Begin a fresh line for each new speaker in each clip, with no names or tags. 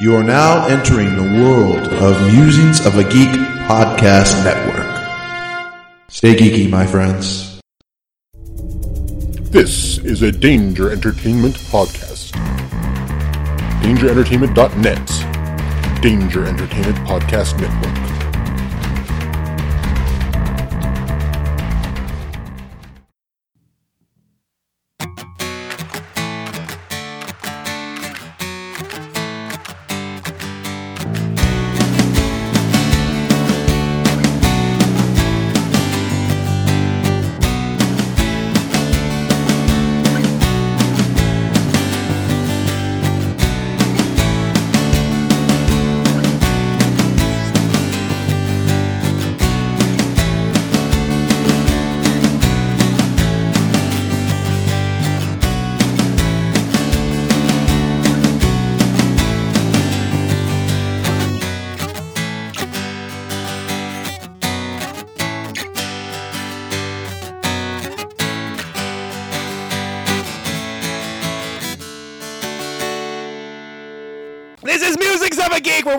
You are now entering the world of Musings of a Geek podcast network. Stay geeky, my friends.
This is a Danger Entertainment podcast. DangerEntertainment.net. Danger Entertainment Podcast Network.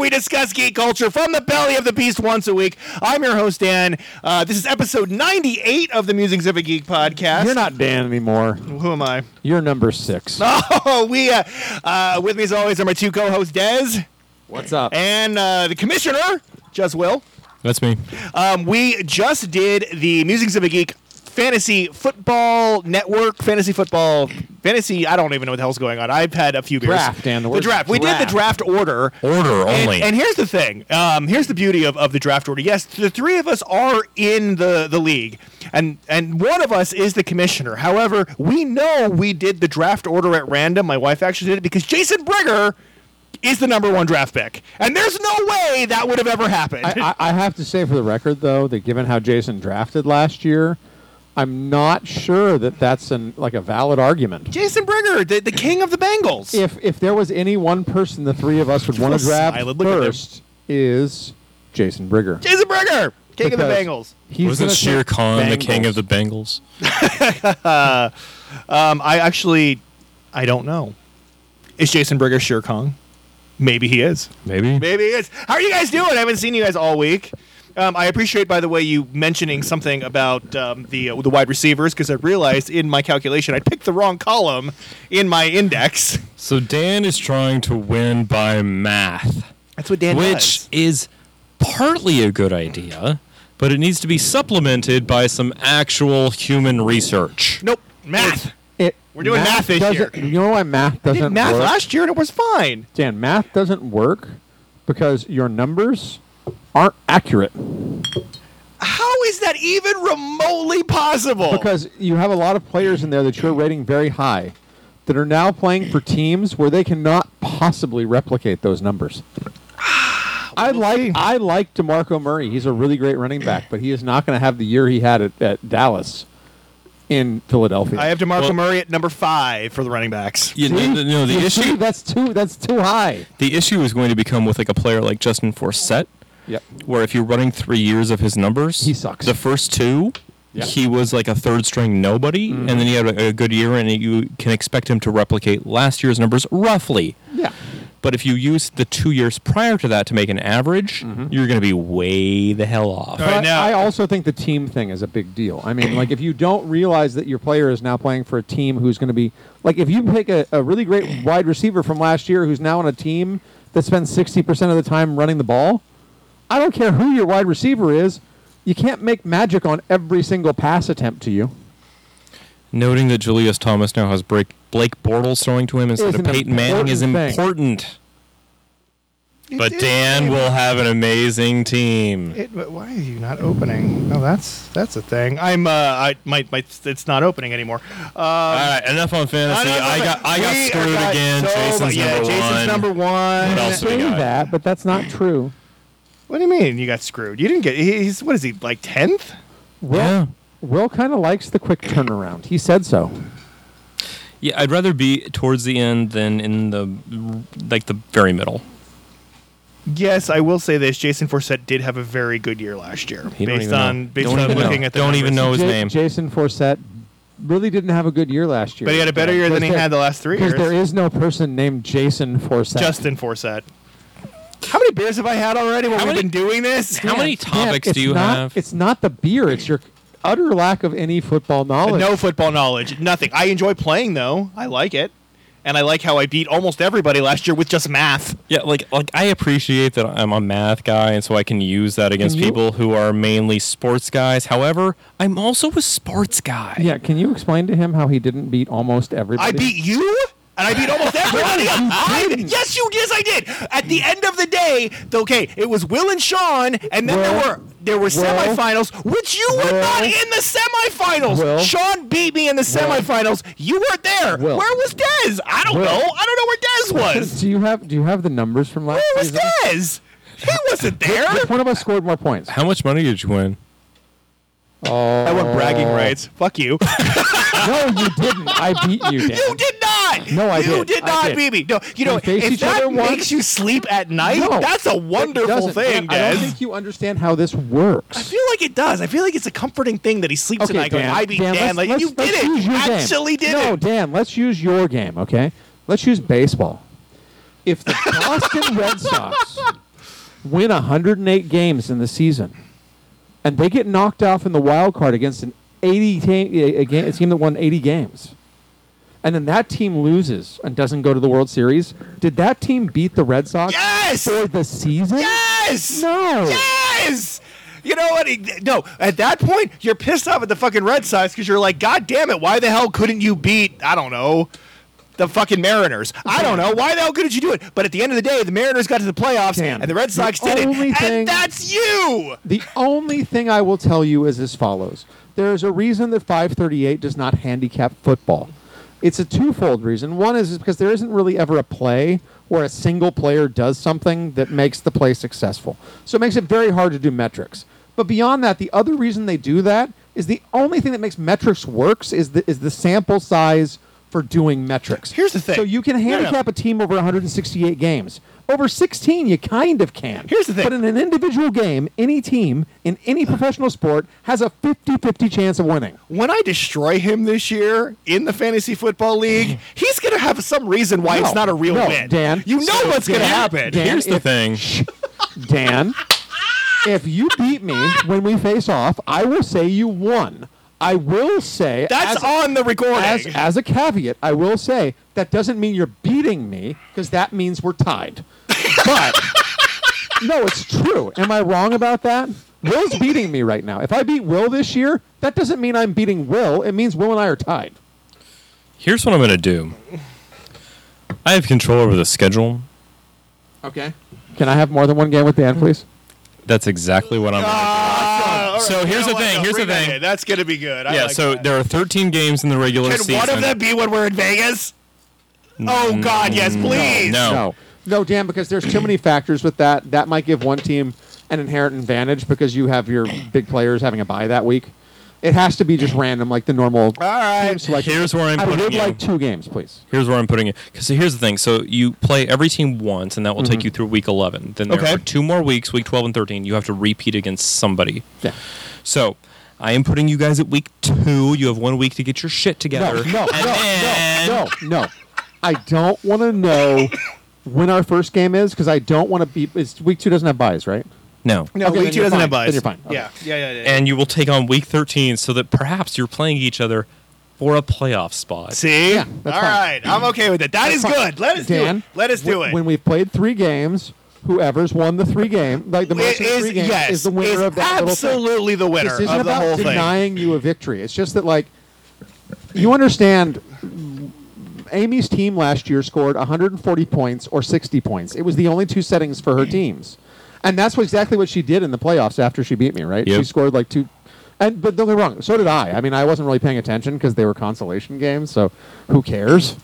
discuss geek culture from the belly of the beast once a week. I'm your host, Dan. Uh, this is episode 98 of the Musings of a Geek podcast.
You're not Dan anymore.
Who am I?
You're number six.
Oh, we, uh, uh, with me as always are my two co hosts, Dez.
What's up?
And uh, the commissioner, Just Will.
That's me.
Um, we just did the Musings of a Geek fantasy football network, fantasy football, fantasy. I don't even know what the hell's going on. I've had a few beers.
Draft and
the, draft. We draft. did the draft order.
Order
and,
only.
And here's the thing. Um, here's the beauty of, of the draft order. Yes, the three of us are in the the league, and and one of us is the commissioner. However, we know we did the draft order at random. My wife actually did it because Jason Brigger is the number one draft pick. And there's no way that would have ever happened.
I, I, I have to say, for the record, though, that given how Jason drafted last year, I'm not sure that that's an like a valid argument.
Jason Brigger, the, the king of the Bengals.
If if there was any one person the three of us would want to grab first is Jason Brigger.
Jason Brigger, king because of the Bengals.
He's Wasn't Shere Khan Bengals. the king of the Bengals?
uh, um, I actually, I don't know. Is Jason Brigger Shere Khan? Maybe he is.
Maybe.
Maybe he is. How are you guys doing? I haven't seen you guys all week. Um, I appreciate, by the way, you mentioning something about um, the uh, the wide receivers because I realized in my calculation I picked the wrong column in my index.
So Dan is trying to win by math.
That's what Dan
which
does.
is partly a good idea, but it needs to be supplemented by some actual human research.
Nope, math.
It,
We're doing math, math this year.
You know why math doesn't I
did math
work?
last year and it was fine.
Dan, math doesn't work because your numbers aren't accurate.
How is that even remotely possible?
Because you have a lot of players in there that you're rating very high that are now playing for teams where they cannot possibly replicate those numbers. I like I like DeMarco Murray. He's a really great running back, but he is not going to have the year he had at, at, Dallas in Philadelphia.
I have DeMarco well, Murray at number 5 for the running backs.
You, know, no, no, the
you
issue
see, that's too that's too high.
The issue is going to become with like a player like Justin Forsett
Yep.
Where if you're running three years of his numbers,
he sucks.
The first two, yep. he was like a third string nobody, mm-hmm. and then he had a, a, good year, and you can expect him to replicate last year's numbers roughly.
Yeah.
But if you use the two years prior to that to make an average, mm-hmm. you're going to be way the hell off.
Right, now- I also think the team thing is a big deal. I mean, like if you don't realize that your player is now playing for a team who's going to be like, if you pick a, a really great wide receiver from last year who's now on a team that spends sixty percent of the time running the ball, I don't care who your wide receiver is, you can't make magic on every single pass attempt to you.
Noting that Julius Thomas now has Blake, Blake Bortles throwing to him instead
it's
of Peyton Manning is
thing.
important. But it's Dan insane. will have an amazing team.
It, why are you not opening? Oh, that's that's a thing. I'm uh, I my, my it's not opening anymore. Um, All
right, enough on fantasy. I, I got I got screwed got again.
So
Jason's
yeah,
number
Jason's
one.
number one.
What else we got?
that, but that's not true.
What do you mean you got screwed? You didn't get. He's what is he like tenth?
Will yeah. Will kind of likes the quick turnaround. He said so.
Yeah, I'd rather be towards the end than in the like the very middle.
Yes, I will say this: Jason Forsett did have a very good year last year,
he
based
on
know. based
don't
on looking
know.
at.
The don't
numbers.
even know his
J-
name.
Jason Forsett really didn't have a good year last year,
but he had a better year than he had the last three years.
Because there is no person named Jason Forsett.
Justin Forsett. How many beers have I had already when
How
we've
many-
been doing this?
How many
Man,
topics
it's
do you
not,
have?
It's not the beer. It's your utter lack of any football knowledge.
No football knowledge. Nothing. I enjoy playing though. I like it. And I like how I beat almost everybody last year with just math.
Yeah, like like I appreciate that I'm a math guy, and so I can use that against
you-
people who are mainly sports guys. However, I'm also a sports guy.
Yeah, can you explain to him how he didn't beat almost everybody?
I beat you, and I beat almost everybody. I, yes, you. Yes, I did. At the end of the day, th- okay, it was Will and Sean, and then
Will.
there were there were semifinals, which you were
Will.
not in the semifinals.
Will.
Sean beat me in the semifinals. You weren't there.
Will.
Where was Dez? I don't
Will.
know. I don't know where Dez was.
Do you have Do you have the numbers from last
Where was
season?
Dez? He wasn't there.
Which one of us scored more points?
How much money did you win?
I want bragging
Oh.
rights. Fuck you.
no, you didn't. I beat you. Dan.
You did not.
No, I
You
did.
did
I
not,
did.
BB. No, you know,
faced
if
each other
that
once.
makes you sleep at night,
No,
that's a
It
wonderful
doesn't.
thing,
Dan, I don't
guys.
think you understand how this works.
I feel like it does. I feel like it's a comforting thing that he sleeps
Okay,
at night. going,
Dan,
I beat
Dan,
Dan.
let's-
like
let's-
you did
let's use
it.
your game.
Actually, did
No,
it.
Dan, let's use your game, okay? Let's use baseball. If the Boston Red Sox win 108 games in the season and they get knocked off in the wild card against an 80 team, a, a ga- a team that won 80 games, and then that team loses and doesn't go to the World Series, did that team beat the Red Sox
Yes.
for the season?
Yes.
No.
Yes. You know what? He- No, at that point, you're pissed off at the fucking Red Sox because you're like, God damn it, why the hell couldn't you beat, I don't know, the fucking Mariners? I don't know. Why the hell couldn't you do it? But at the end of the day, the Mariners got to the playoffs
Dan,
and the Red
the
Sox did
only
it.
thing-
And that's you.
The only thing I will tell you is as follows. There is a reason that 538 does not handicap football. It's a twofold reason. One is because there isn't really ever a play where a single player does something that makes the play successful. So it makes it very hard to do metrics. But beyond that, the other reason they do that is the only thing that makes metrics works is the, is the sample size for doing metrics.
Here's the thing.
So you can
No, no.
handicap a team over 168 games. Over 16, you kind of can.
Here's the thing.
But in an individual game, any team in any professional sport has a 50 50 chance of winning.
when I destroy him this year in the fantasy football league, he's gonna have some reason why it's
No,
not a real
no,
win.
Dan.
you know
So,
what's
Dan,
gonna happen.
Dan,
Here's the
if-
thing.
Shh. Dan, if you beat me when we face off, I will say you won. I will say.
That's
as-
on the recording.
As, as a caveat, I will say that doesn't mean you're beating me because that means we're tied. But no, it's true. Am I wrong about that? Will's beating me right now. If I beat Will this year, that doesn't mean I'm beating Will. It means Will and I are tied.
Here's what I'm gonna do. I have control over the schedule.
Okay. Can I have more than one game with
Mm.
Dan, please?
That's exactly what I'm. gonna
Ah, all right.
So here's
know
the
what?
thing,
No,
here's the
bring that
thing.
in. That's gonna be good. I
do. Yeah.
like
so
that.
there are 13 games in the regular
can
season. Mm,
one of them be when we're in Vegas? Oh God, yes, please.
no.
No. No, Dan, because there's too many factors with that. That might give one team an inherent advantage because you have your big players having a bye that week. It has to be just random, like the normal
All right.
team selection.
Here's where I'm
I
putting
would
you.
like two games, please.
Here's where I'm putting it. Because here's the thing. So you play every team once, and that will
Mm-hmm.
take you through week 11. Then there
Okay.
are two more weeks, week 12 and 13. You have to repeat against somebody.
Yeah.
So I am putting you guys at week two. You have one week to get your shit
No,
together.
no, no,
and then-
no, no, no. I don't want to know when our first game is because I don't want to be. It's, week two doesn't have buys, right?
No.
No, week
Okay, then
two
you're
doesn't
fine.
have buys.
Then you're fine. Okay.
Yeah. yeah, yeah, yeah,
And you will take on week 13 so that perhaps you're playing each other for a playoff spot.
See,
Yeah,
all
that's fine.
right, I'm okay with it. That is
Fine.
good. Let us
Dan,
do it. Let us do
wh-
it.
When we've played three games, whoever's won the three game, like the
it
most of the
is
three games,
yes,
is the winner
it's
of that little thing.
absolutely the winner
This isn't
of the
about
whole thing.
denying you a victory. It's just that like you understand. Amy's team last year scored 140 points or 60 points. It was the only two settings for her teams, and that's what, exactly what she did in the playoffs after she beat me. Right? She
Yep.
scored like two. And but don't get me wrong. So did I. I mean, I wasn't really paying attention because they were consolation games. So who cares?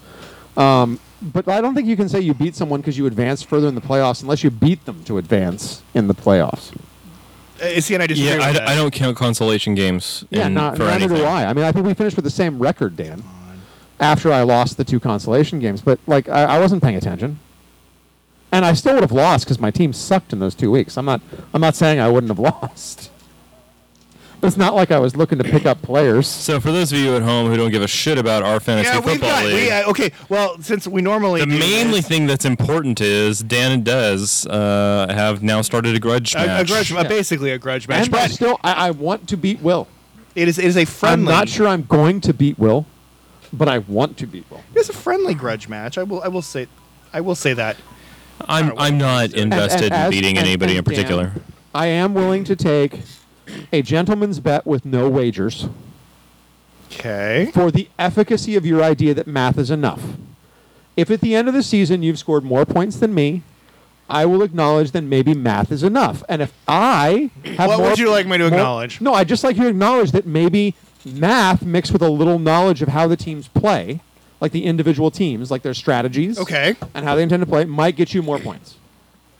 Um, but I don't think you can say you beat someone because you advance further in the playoffs unless you beat them to advance in the playoffs.
Uh, See, and I disagree
Yeah,
with that.
I, I don't count consolation games.
Yeah,
in-
not,
for
neither
anything.
do I. I mean, I think we finished with the same record, Dan. After I lost the two consolation games, but like I, I wasn't paying attention, and I still would have lost because my team sucked in those two weeks. I'm not. I'm not saying I wouldn't have lost. It's not like I was looking to pick up players.
So for those of you at home who don't give a shit about our fantasy
yeah,
football
we've got.
league,
We, uh, okay, well, since we normally
the
do
mainly
this-
thing that's important is Dan and Dez uh, have now started a grudge match.
a, a grudge, uh, basically a grudge match,
And I
but
still, I, I want to beat Will.
it is it is a friendly.
I'm not sure I'm going to beat Will, but I want to beat Will.
It's a friendly grudge match. I will. I will say. I will say that.
I'm I'm not
And- and
invested in
as-
beating
and-
anybody
and
in particular.
Dan, I am willing to take a gentleman's bet with no wagers
Okay.
for the efficacy of your idea that math is enough. If at the end of the season you've scored more points than me, I will acknowledge that maybe math is enough. And if I have
What
more-
would you like me to
more-
acknowledge?
No, I just like you to acknowledge that maybe math mixed with a little knowledge of how the teams play, like the individual teams, like their strategies,
Okay.
and how they intend to play, might get you more points.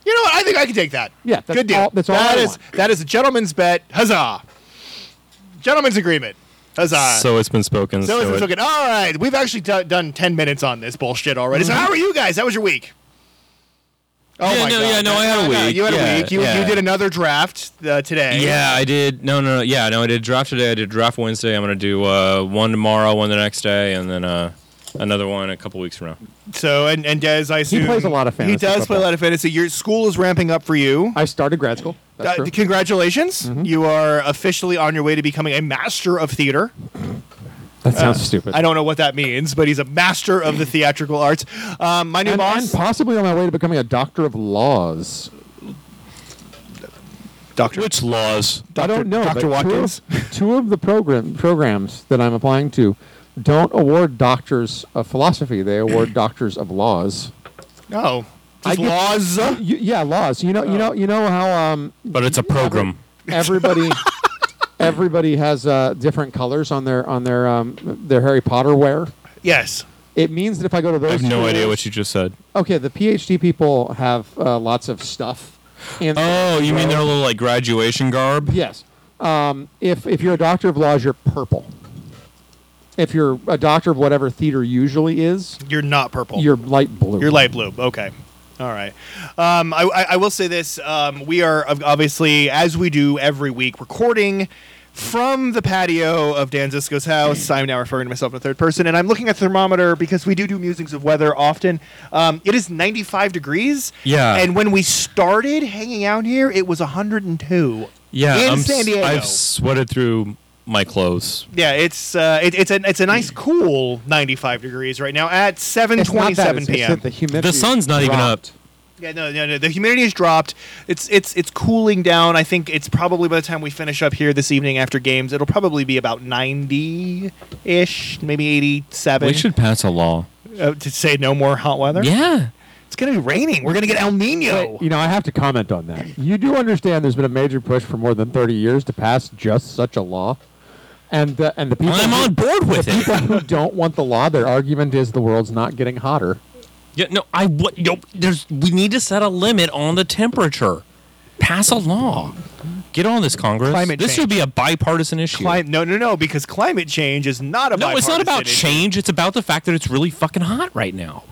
You know what? I think I can take that.
Yeah, that's
Good deal.
all- that's all
That
I
is-
want.
That is a gentleman's bet. Huzzah! Gentleman's agreement. Huzzah!
so it's been spoken.
uh, So it's
so
been
it-
so good. All right, we've actually do- done ten minutes on this bullshit already.
Mm-hmm.
So how are you guys? How was your week? Oh
Yeah,
my
no,
god!
yeah, no, I had a week.
you had a
Yeah,
week. You,
yeah.
you did another draft uh, today.
Yeah, I did. No, no, no, yeah, no. I did draft today. I did draft Wednesday. I'm gonna do uh, one tomorrow, one the next day, and then uh, another one a couple weeks from now.
So and and Des, I assume
plays a lot of
He
fantasy
does play a
football.
lot of fantasy. Your school is ramping up for you.
I started grad school. That's
Uh,
true. Mm-hmm.
congratulations! You are officially on your way to becoming a master of theater.
That sounds stupid.
Uh, I don't know what that means, but he's a master of the theatrical arts. Um, my new
and,
boss,
and possibly on my way to becoming a doctor of laws.
Doctor.
Which laws?
I
Dr.
don't know.
Dr.
but two of-
Watkins?
Two of, the program programs that I'm applying to don't award doctors of philosophy; they award doctors of laws.
No, just
I get-
laws.
You, yeah, laws. You know, you know, you know how um,
But it's a program.
everybody, everybody has uh, different colors on their on their um, their Harry Potter wear.
Yes.
It means that if I go to those,
I have no idea
schools-
what you just said.
Okay, the PhD people have uh, lots of stuff. And
Oh, you mean their little like graduation garb?
Yes. Um, if if you're a doctor of laws, you're purple. If you're a doctor of whatever theater usually is,
You're not purple.
you're light blue.
You're light blue. Okay. All right. Um, I, I, I will say this. Um, we are ob- obviously, as we do every week, recording from the patio of Dan Zisco's house. I'm now referring to myself in the third person, and I'm looking at the thermometer because we do do musings of weather often. Um, it is 95 degrees.
Yeah.
And when we started hanging out here, it was 102.
Yeah,
In
I'm
San
s-
Diego.
I've sweated through my clothes.
yeah, it's uh, it, it's a it's a
Hmm.
nice cool 95 degrees right now at
It's not that,
7:27
it's- it's
p.m.
that the humidity
The sun's not even up.
dropped.
Yeah, no, no, no. The humidity has dropped. It's it's it's cooling down. I think it's probably by the time we finish up here this evening after games, it'll probably be about ninety ish, maybe eighty seven.
We should pass a law.
uh, to say no more hot weather.
Yeah.
it's gonna be raining. We're gonna get El Nino.
You know, I have to comment on that. You do understand there's been a major push for more than 30 years to pass just such a law, and the, and the people
I'm
who-
on board with it.
people who don't want the law, their argument is the world's not getting hotter.
Yeah, no, I what yo, there's we need to set a limit on the temperature. Pass a law. Get on this Congress.
Climate
this
change.
should be a bipartisan issue.
Clim- no, no, no, because climate change is not a
no, it's
bipartisan
not about
issue.
change. It's about the fact that it's really fucking hot right now.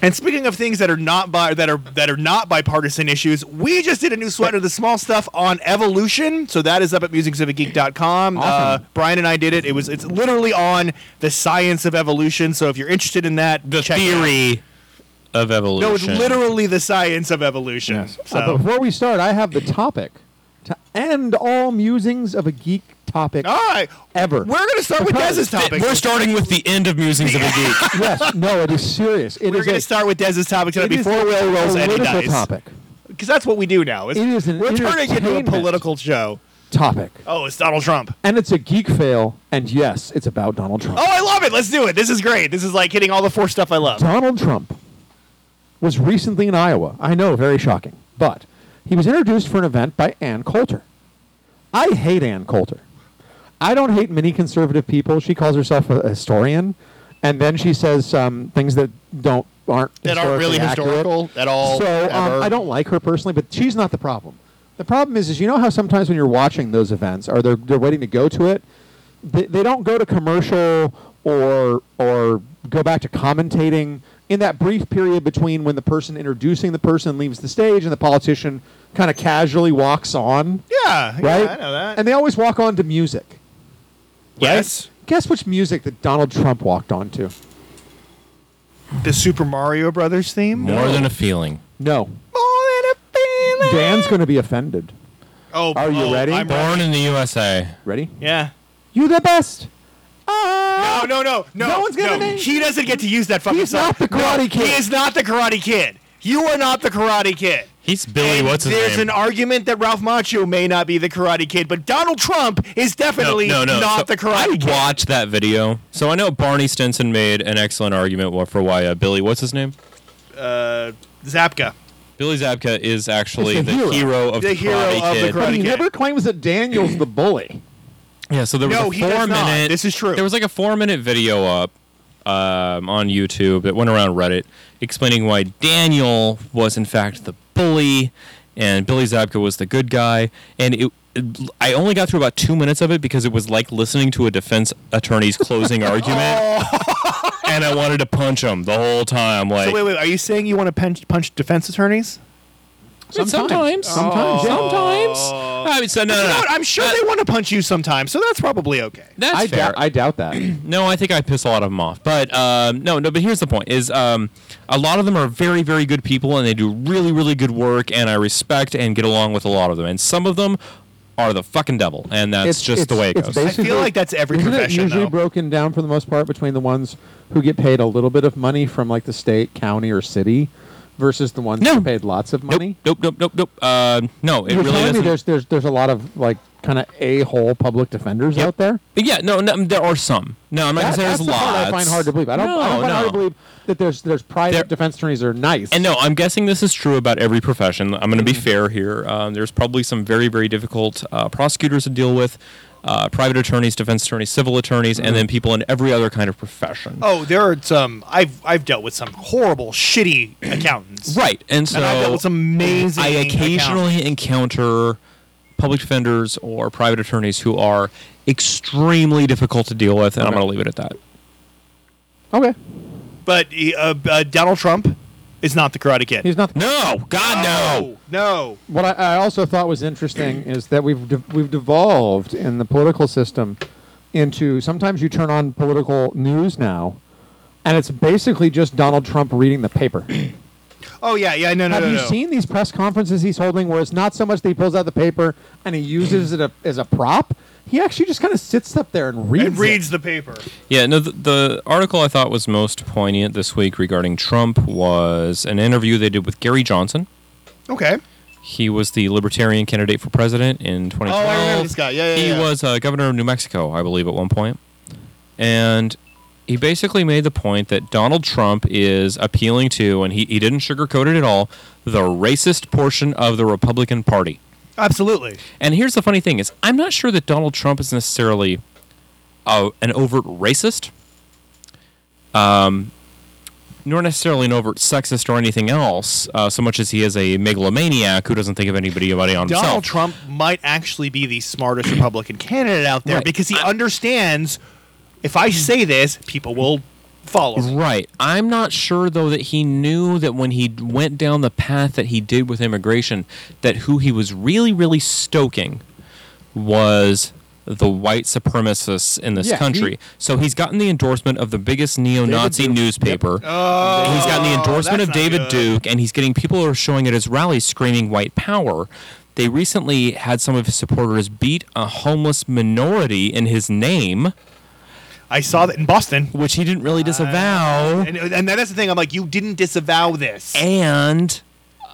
And speaking of things that are not bi- that are that are not bipartisan issues, we just did a new sweater, the small stuff on evolution. So that is up at musicsofageek.com. Uh, Brian and I did it. It was it's literally on the science of evolution. So if you're interested in that,
The
check it out.
theory of evolution.
No, it's literally the science of evolution. So
Uh, but before we start, I have the topic to end all musings of a geek topic.
all right,
Ever.
we're gonna start with
Because-
Dez's topic.
We're starting with the end of musings of a geek.
yes, no, it is serious. It
We're
is
gonna
a-
start with Dez's topic tonight
it is
before
a
Will rolls any
political
dice.
topic.
Because that's what we do now. It's-
It is an
we're turning it into a
entertainment.
political show.
Topic.
Oh, it's Donald Trump.
And it's a geek fail, and yes, it's about Donald Trump.
Oh, I love it. Let's do it. This is great. This is like hitting all the four stuff I love.
Donald Trump was recently in Iowa. I know, very shocking. But he was introduced for an event by Ann Coulter. I hate Ann Coulter. I don't hate many conservative people. She calls herself a historian, and then she says um, things that don't aren't
That aren't
historically
really
accurate.
historical at all,
So um,
ever.
I don't like her personally, but she's not the problem. The problem is, is you know how sometimes when you're watching those events, or they're they're waiting to go to it, they, they don't go to commercial or or go back to commentating. in that brief period between when the person introducing the person leaves the stage and the politician kind of casually walks on.
Yeah, yeah,
right?
I know that.
And they always walk on to music.
yes,
Guess which music that Donald Trump walked on to?
the Super Mario Brothers theme.
More than a feeling.
No.
More than a feeling.
Dan's going to be offended.
Oh,
Are you
oh,
ready?
I'm
Born in the USA.
Ready?
Yeah.
You the best. Ah!
Oh no no no!
No one's gonna
no.
name-
He doesn't get to use that fucking
He's
song.
not the Karate
No,
Kid.
He is not the Karate Kid. You are not the Karate Kid.
He's Billy.
And
what's his
there's an
name?
argument that Ralph Macchio may not be the Karate Kid, but Donald Trump is definitely not
So
the Karate
I
Kid.
watched that video. So I know Barney Stinson made an excellent argument wa- for why uh, Billy, what's his name?
Uh, Zapka.
Billy Zabka is actually
He's
the
the hero.
hero, of
The
the,
hero
Karate
of the
Kid.
Karate-
But he
Kid.
never claims that Daniel's the bully.
Yeah, so there was
No,
a
he does
four
not.
minute.
This is true.
There was like a four minute video up um, on YouTube that went around Reddit explaining why Daniel was in fact the bully and Billy Zabka was the good guy. And it, it- I only got through about two minutes of it because it was like listening to a defense attorney's closing argument. And I wanted to punch him the whole time. Like,
Oh. So wait, wait. Are you saying you want to punch, punch defense attorneys?
sometimes,
Sometimes, yeah.
sometimes. I mean, so no,
Oh.
no,
You know
no.
what? I'm sure they want to punch you sometime, so that's probably okay.
That's
I
fair.
doubt, I doubt that.
No, I think I piss a lot of them off. But um, no, no. But here's the point: is um, a lot of them are very, very good people, and they do really, really good work, and I respect and get along with a lot of them. And some of them are the fucking devil, and that's just the way it
it's
goes.
I
basically-
feel like that's every
isn't
profession,
It usually
though.
broken down for the most part between the ones who get paid a little bit of money from like the state, county, or city, versus the ones
No.
who paid lots of money.
Nope, nope, nope, nope. Uh, no, it
You're telling me
really doesn't.
there's there's there's a lot of like kind of a hole public defenders out there.
yeah, no, no, there are some. No, I'm not
That-
gonna say
that's
there's
the part
lots.
I find hard to believe. I don't, I
No,
don't find it hard
no.
to believe that there's there's private
There-
defense attorneys are nice.
And no, I'm guessing this is true about every profession. I'm going to
Mm-hmm.
be fair here. Um, there's probably some very, very difficult uh, prosecutors to deal with, uh, private attorneys, defense attorneys, civil attorneys, and then people in every other kind of profession.
Mm-hmm. Oh, there are some. I've I've dealt with some horrible, shitty accountants.
Right, and so
And I've dealt with some amazing.
I occasionally
accountants.
encounter public defenders or private attorneys who are extremely difficult to deal with, and I'm going to leave it at that.
okay,
but uh, uh, Donald Trump is not the Karate Kid.
he's not. the
No, God, no.
no.
What I, I also thought was interesting is that we've de- we've devolved in the political system into sometimes you turn on political news now, and it's basically just Donald Trump reading the paper.
Oh yeah, yeah, no, no,
Have
no,
you
no.
seen these press conferences he's holding where it's not so much that he pulls out the paper and he uses it a, as a prop? He actually just kind of sits up there and reads.
It reads the paper.
Yeah, no, the, the article I thought was most poignant this week regarding Trump was an interview they did with Gary Johnson.
Okay.
He was the Libertarian candidate for president in 2012.
Oh, this guy. Yeah, yeah,
he
yeah.
was uh, governor of New Mexico, I believe, at one point. And he basically made the point that Donald Trump is appealing to, and he, he didn't sugarcoat it at all, the racist portion of the Republican Party.
Absolutely.
And here's the funny thing is I'm not sure that Donald Trump is necessarily uh, an overt racist, um, nor necessarily an overt sexist or anything else, uh, so much as he is a megalomaniac who doesn't think of anybody about himself.
Donald Trump might actually be the smartest Republican candidate out there
Right.
because he understands if I say this, people will follow.
Right. I'm not sure though that he knew that when he went down the path that he did with immigration, that who he was really, really stoking was the white supremacists in this
Yeah, he-
country. so he's gotten the endorsement of the biggest neo-Nazi
David Duke. Oh,
newspaper. he's gotten the endorsement
that's
of
not
David
good.
Duke, and he's getting people who are showing at his rallies screaming "White Power." They recently had some of his supporters beat a homeless minority in his name,
I saw that in Boston.
which he didn't really disavow.
And, and that's the thing. I'm like, you didn't disavow this.
and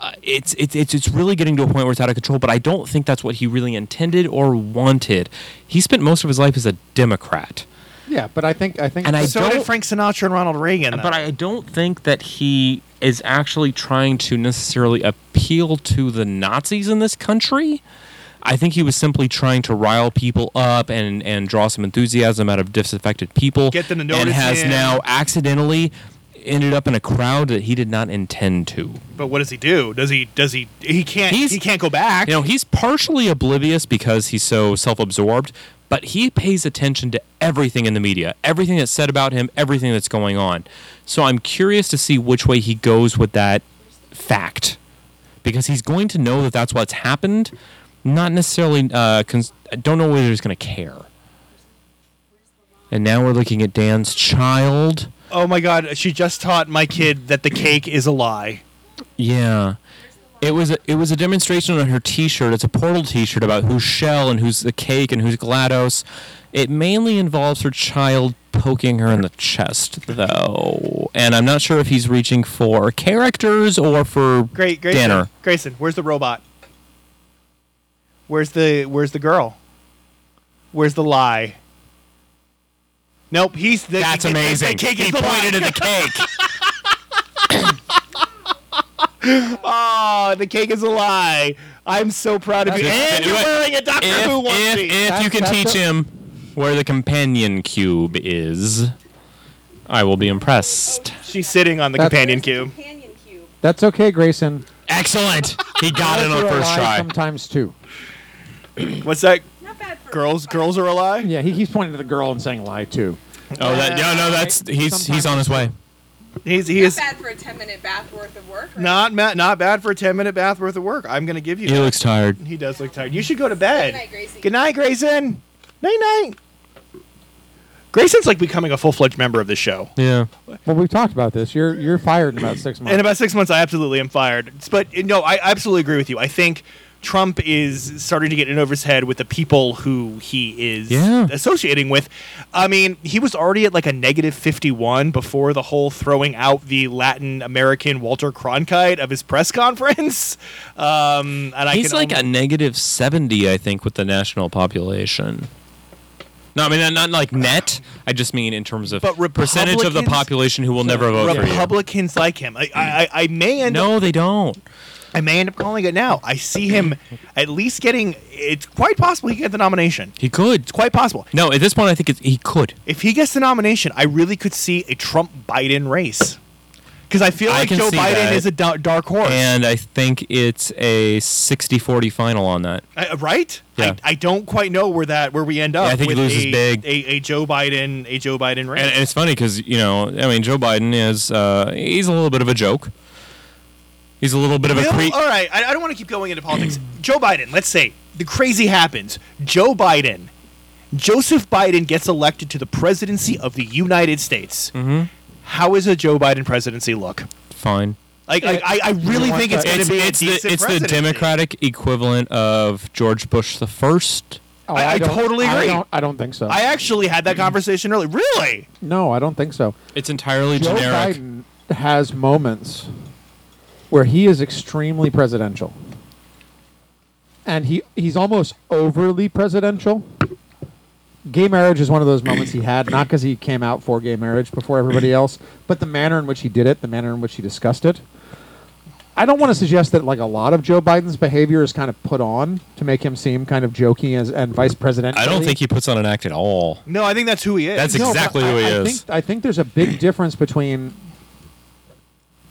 uh, it's it's it's it's really getting to a point where it's out of control. But I don't think that's what he really intended or wanted. He spent most of his life as a Democrat,
Yeah, but I think I think
and I
so
don't.
did Frank Sinatra and Ronald Reagan.
but I don't think that he is actually trying to necessarily appeal to the Nazis in this country. I think he was simply trying to rile people up and, and draw some enthusiasm out of disaffected people.
Get them to
And
notice
has
him.
now accidentally ended up in a crowd that he did not intend to.
But what does he do? Does he? Does he? He can't.
He's-
he can't go back.
You know, he's partially oblivious because he's so self absorbed, but he pays attention to everything in the media, everything that's said about him, everything that's going on. So I'm curious to see which way he goes with that fact because he's going to know that that's what's happened. Not necessarily. Uh, cons- I don't know whether he's going to care. And now we're looking at Dan's child.
Oh my God, she just taught my kid that the cake is a lie.
Yeah. It was a, it was a demonstration on her T-shirt. It's a Portal T-shirt about who's Shell and who's the cake and who's Glados. It mainly involves her child poking her in the chest, though, and I'm not sure if he's reaching for characters or for
Great, Grayson.
dinner.
Grayson, where's the robot? Where's the Where's the girl? Where's the lie? Nope, he's the.
That's
the- the- the
amazing.
cake is
he
the lie.
pointed at the cake.
Oh, the cake is a lie. I'm so proud of you.
That's-
And you're wearing a Doctor
if,
Who onesie.
if, if you
That's-
can
that's
teach
a-
him where the companion cube is, I will be impressed.
She's sitting on the
That's-
companion cube.
Companion cube.
That's okay, Grayson.
Excellent. He got it
Girls
on
are
first
alive
try.
Sometimes too.
What's that?
Not bad for
Girls, girls are a lie.
Yeah, he keeps pointing to the girl and saying lie too.
Oh, that, yeah, no, that's he's he's on his way.
He's he
Not
is
bad for a 10 minute bath worth of work. right?
not ma- not bad for a ten minute bath worth of work. I'm gonna give you.
He
that.
looks tired.
He does look tired. You should go to bed.
Good night, Gracie.
Good night, Grayson. Night night. Grayson's like becoming a full fledged member of the show.
Yeah.
Well, we've talked about this. You're you're fired in about six months.
In about six months, I absolutely am fired. But you no, I absolutely agree with you. I think Trump is starting to get in over his head with the people who he is
Yeah.
associating with. I mean, he was already at like a negative 51 before the whole throwing out the Latin American Walter Cronkite of his press conference. Um, and I
He's
can
like
only-
a negative seventy, I think, with the national population. No, I mean not- not like net. I just mean in terms of
But
percentage of the
Republicans-
population who will never vote for you.
Republicans like him. I, I, I may end
No, they don't.
I may end up calling it now. I see him at least getting. It's quite possible he get the nomination.
He could.
It's quite possible.
No, at this point, I think it's, he could.
If he gets the nomination, I really could see a Trump Biden race. Because I feel
I
like
can
Joe
see
Biden
that.
is a da- dark horse,
And I think it's a 60 40 final on that.
I- right?
Yeah.
I, I don't quite know where that where we end up.
I think he
with
loses
a,
big.
A, a Joe Biden a Joe Biden race.
And, and it's funny because, you know, I mean, Joe Biden is, uh, he's a little bit of a joke. He's a little bit of a
Bill-
creep.
all right, I, I don't want to keep going into politics. Joe Biden, let's say the crazy happens. Joe Biden, Joseph Biden gets elected to the presidency of the United States.
Mm-hmm.
How is a Joe Biden presidency look?
Fine.
Like, I I, I really
want
think it's
that-
going to
It's,
be a
it's the,
decent
it's the
presidency.
Democratic equivalent of George Bush the first.
Oh,
I- I
don't-
totally
I
agree.
don't, I don't think so.
I actually had that conversation earlier. Really?
no, I don't think so.
It's entirely
Joe
generic.
Biden has moments where he is extremely presidential, and he he's almost overly presidential. Gay marriage is one of those moments he had, not because he came out for gay marriage before everybody else, but the manner in which he did it, the manner in which he discussed it. I don't want to suggest that like a lot of Joe Biden's behavior is kind of put on to make him seem kind of jokey as and vice president.
I don't think he puts on an act at all.
No, I think that's who he is.
That's
No, but
exactly
I-
who he
I
is.
Think, I think there's a big difference between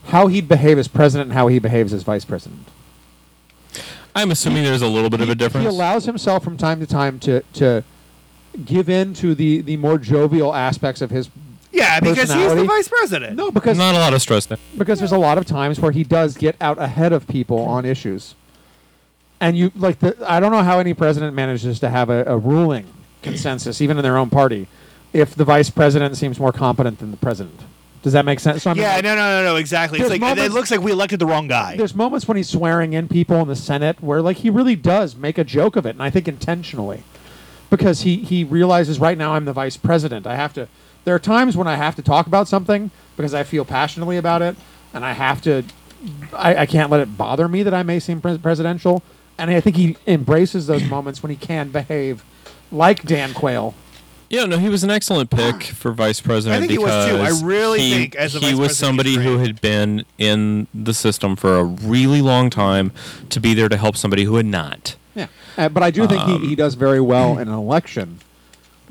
how he'd behave as president and how he behaves as vice president.
I'm assuming there's a little bit of a
He
difference.
allows himself from time to time to to give in to the the more jovial aspects of his.
yeah, because he's the
Personality.
vice president.
No, because
Not a lot of stress there.
because there's a lot of times where he does get out ahead of people on issues. And you like the I don't know how any president manages to have a, a ruling consensus, even in their own party, if the vice president seems more competent than the president. Does that make sense? So I mean,
Yeah,
like,
no, no, no, no, exactly. It's
There's
like, it
moments-
looks like we elected the wrong guy.
There's moments when he's swearing in people in the Senate where like he really does make a joke of it, and I think intentionally, because he he realizes right now I'm the vice president. I have to. There are times when I have to talk about something because I feel passionately about it, and I have to. I, I can't let it bother me that I may seem pres- presidential, and I think he embraces those moments when he can behave like Dan Quayle.
Yeah, no, he was an excellent pick for vice president.
I think he was, too. I
because
really
he-
think as a
he
vice
was
president,
somebody
he's
who
great.
had been in the system for a really long time to be there to help somebody who had not.
Yeah, uh, but I do think he, he does very well in an election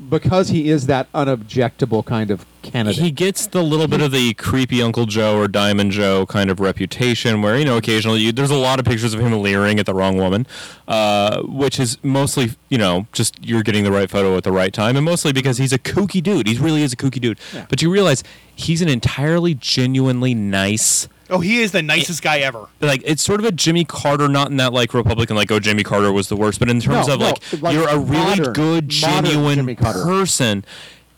because he is that unobjectable kind of candidate.
He gets the little bit of the creepy Uncle Joe or Diamond Joe kind of reputation, where you know occasionally you, there's a lot of pictures of him leering at the wrong woman, uh, which is mostly you know just you're getting the right photo at the right time, and mostly because he's a kooky dude. He really is a kooky dude. But you realize he's an entirely genuinely nice.
Oh, he is the nicest guy ever.
Like it's sort of a Jimmy Carter, not in that like Republican, like oh Jimmy Carter was the worst, but in terms
No,
of
no,
like,
like
you're a really
modern-
good,
modern
genuine
Jimmy Carter.
person.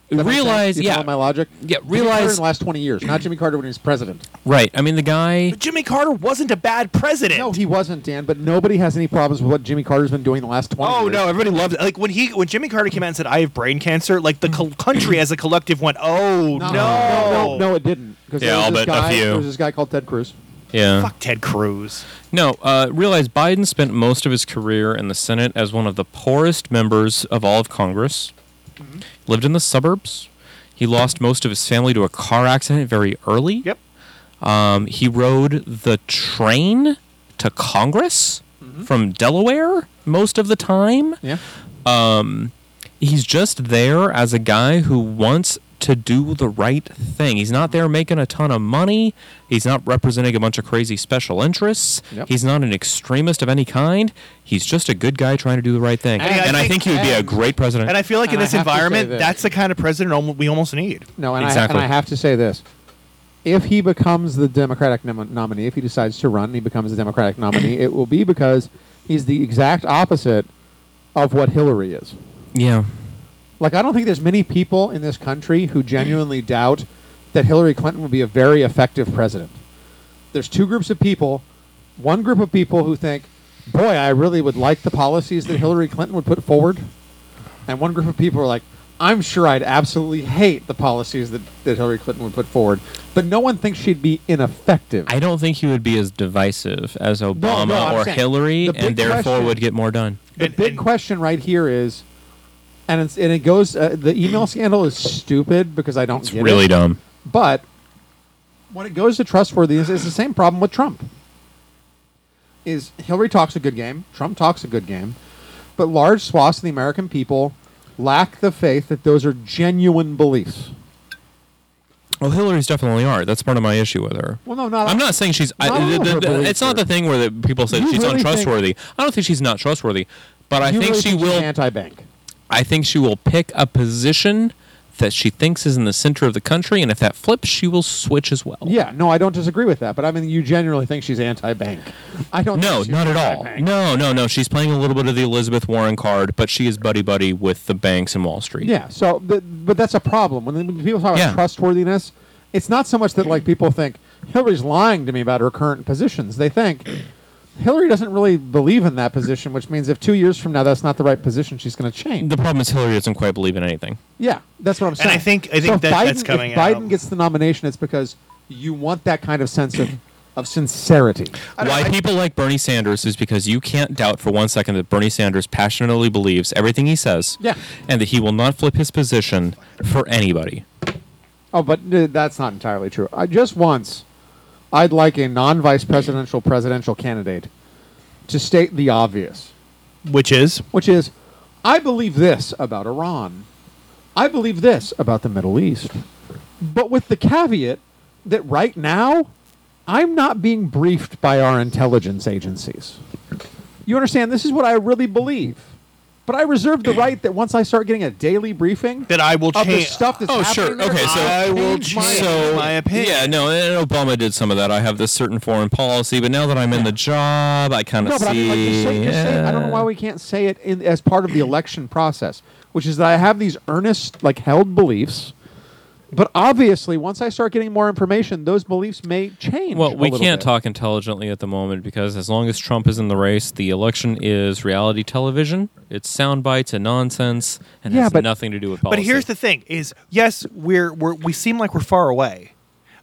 Does that make sense?
Realize,
You
yeah,
follow my logic.
Yeah,
Jimmy Carter
realize-
in the last twenty years, not Jimmy Carter when he was president.
right. I mean, the guy.
But Jimmy Carter wasn't a bad president.
No, he wasn't, Dan. But nobody has any problems with what Jimmy Carter's been doing the last twenty.
Oh
years.
no! Everybody loves it. Like when he, when Jimmy Carter came out and said, "I have brain cancer," like the col- country as a collective went, "Oh no,
no, no, no, no, it didn't. Because
Yeah,
there was
I'll
this
bet a
guy,
few.
There was this guy called Ted Cruz.
Yeah.
Fuck Ted Cruz."
No, uh, realize Biden spent most of his career in the Senate as one of the poorest members of all of Congress. Lived in the suburbs. He lost most of his family to a car accident very early.
Yep.
Um, he rode the train to Congress from Delaware most of the time.
Yeah.
He's just there as a guy who wants to do the right thing. He's not there making a ton of money. He's not representing a bunch of crazy special interests.
Yep.
He's not an extremist of any kind. He's just a good guy trying to do the right thing.
And
And,
I
I
think-
think he would be a
and-
great president.
And I feel like in
And I
this
have to say
environment,
that-
that's the kind of president almo- we almost need.
No, and,
Exactly.
I, and I have to say this. If he becomes the Democratic nom- nominee, if he decides to run and he becomes the Democratic nominee, it will be because he's the exact opposite of what Hillary is.
yeah.
Like, I don't think there's many people in this country who genuinely doubt that Hillary Clinton would be a very effective president. There's two groups of people. One group of people who think, boy, I really would like the policies that Hillary Clinton would put forward. And one group of people are like, I'm sure I'd absolutely hate the policies that, that Hillary Clinton would put forward. But no one thinks she'd be ineffective.
I don't think he would be as divisive as Obama
I'm
or
saying
Hillary
the
and
big
therefore
question-
would get more done.
the
And-
big
and-
question right here is, and, it's, and it goes, uh, the email scandal is stupid because I don't
It's
get
really
it.
dumb.
But when it goes to trustworthiness, it's the same problem with Trump. Is Hillary talks a good game, Trump talks a good game, but large swaths of the American people lack the faith that those are genuine beliefs.
Well, Hillary's definitely art. That's part of my issue with her.
Well, no, not
I'm not saying she's.
Not all
I, the,
of Oh. her
the, the,
beliefs
it's not the
are-
thing where the people say
You
she's
really think-
untrustworthy. I don't think she's not trustworthy, but I
you
think
really
she will.
she's anti-bank.
I think she will pick a position that she thinks is in the center of the country, and if that flips, she will switch as well.
Yeah, no, I don't disagree with that, but I mean, you generally think she's anti-bank. I don't.
No,
think she's
not at all.
anti-bank.
No, no, no. She's playing a little bit of the Elizabeth Warren card, but she is buddy buddy with the banks and Wall Street.
Yeah. So, th- but that's a problem when when people talk about
Yeah.
trustworthiness. It's not so much that like people think Hillary's lying to me about her current positions. They think Hillary doesn't really believe in that position, which means if two years from now that's not the right position, she's going to change.
The problem is Hillary doesn't quite believe in anything.
yeah, that's what I'm saying.
I think- I think
so if
that-
Biden,
that's coming
If Biden
out.
gets the nomination, it's because you want that kind of sense of of sincerity.
Why people like Bernie Sanders is because you can't doubt for one second that Bernie Sanders passionately believes everything he says,
Yeah.
and that he will not flip his position for anybody.
Oh, but uh, that's not entirely true. I, just once, I'd like a non-vice presidential presidential candidate to state the obvious.
Which is
which is I believe this about Iran. I believe this about the Middle East. But with the caveat that right now, I'm not being briefed by our intelligence agencies. You understand? This is what I really believe. But I reserve the right that once I start getting a daily briefing
that I will
of the
change
stuff that's
Oh,
happening
sure.
there,
Okay, so-
I'll
I will
change
change
my-
so
my opinion.
Yeah, no, and Obama did some of that. I have this certain foreign policy, but now that I'm in the job, I kind of
No, but I mean,
see.
like, just say, just say, I don't know why we can't say it in, as part of the election process, which is that I have these earnest, like, held beliefs. But obviously, once I start getting more information, those beliefs may change.
well,
a
we
little
can't
bit.
talk intelligently at the moment because as long as Trump is in the race, the election is reality television. It's sound bites and nonsense, and
Yeah,
has
but-
nothing to do with policy.
But here's the thing: is yes, we're, we're we seem like we're far away.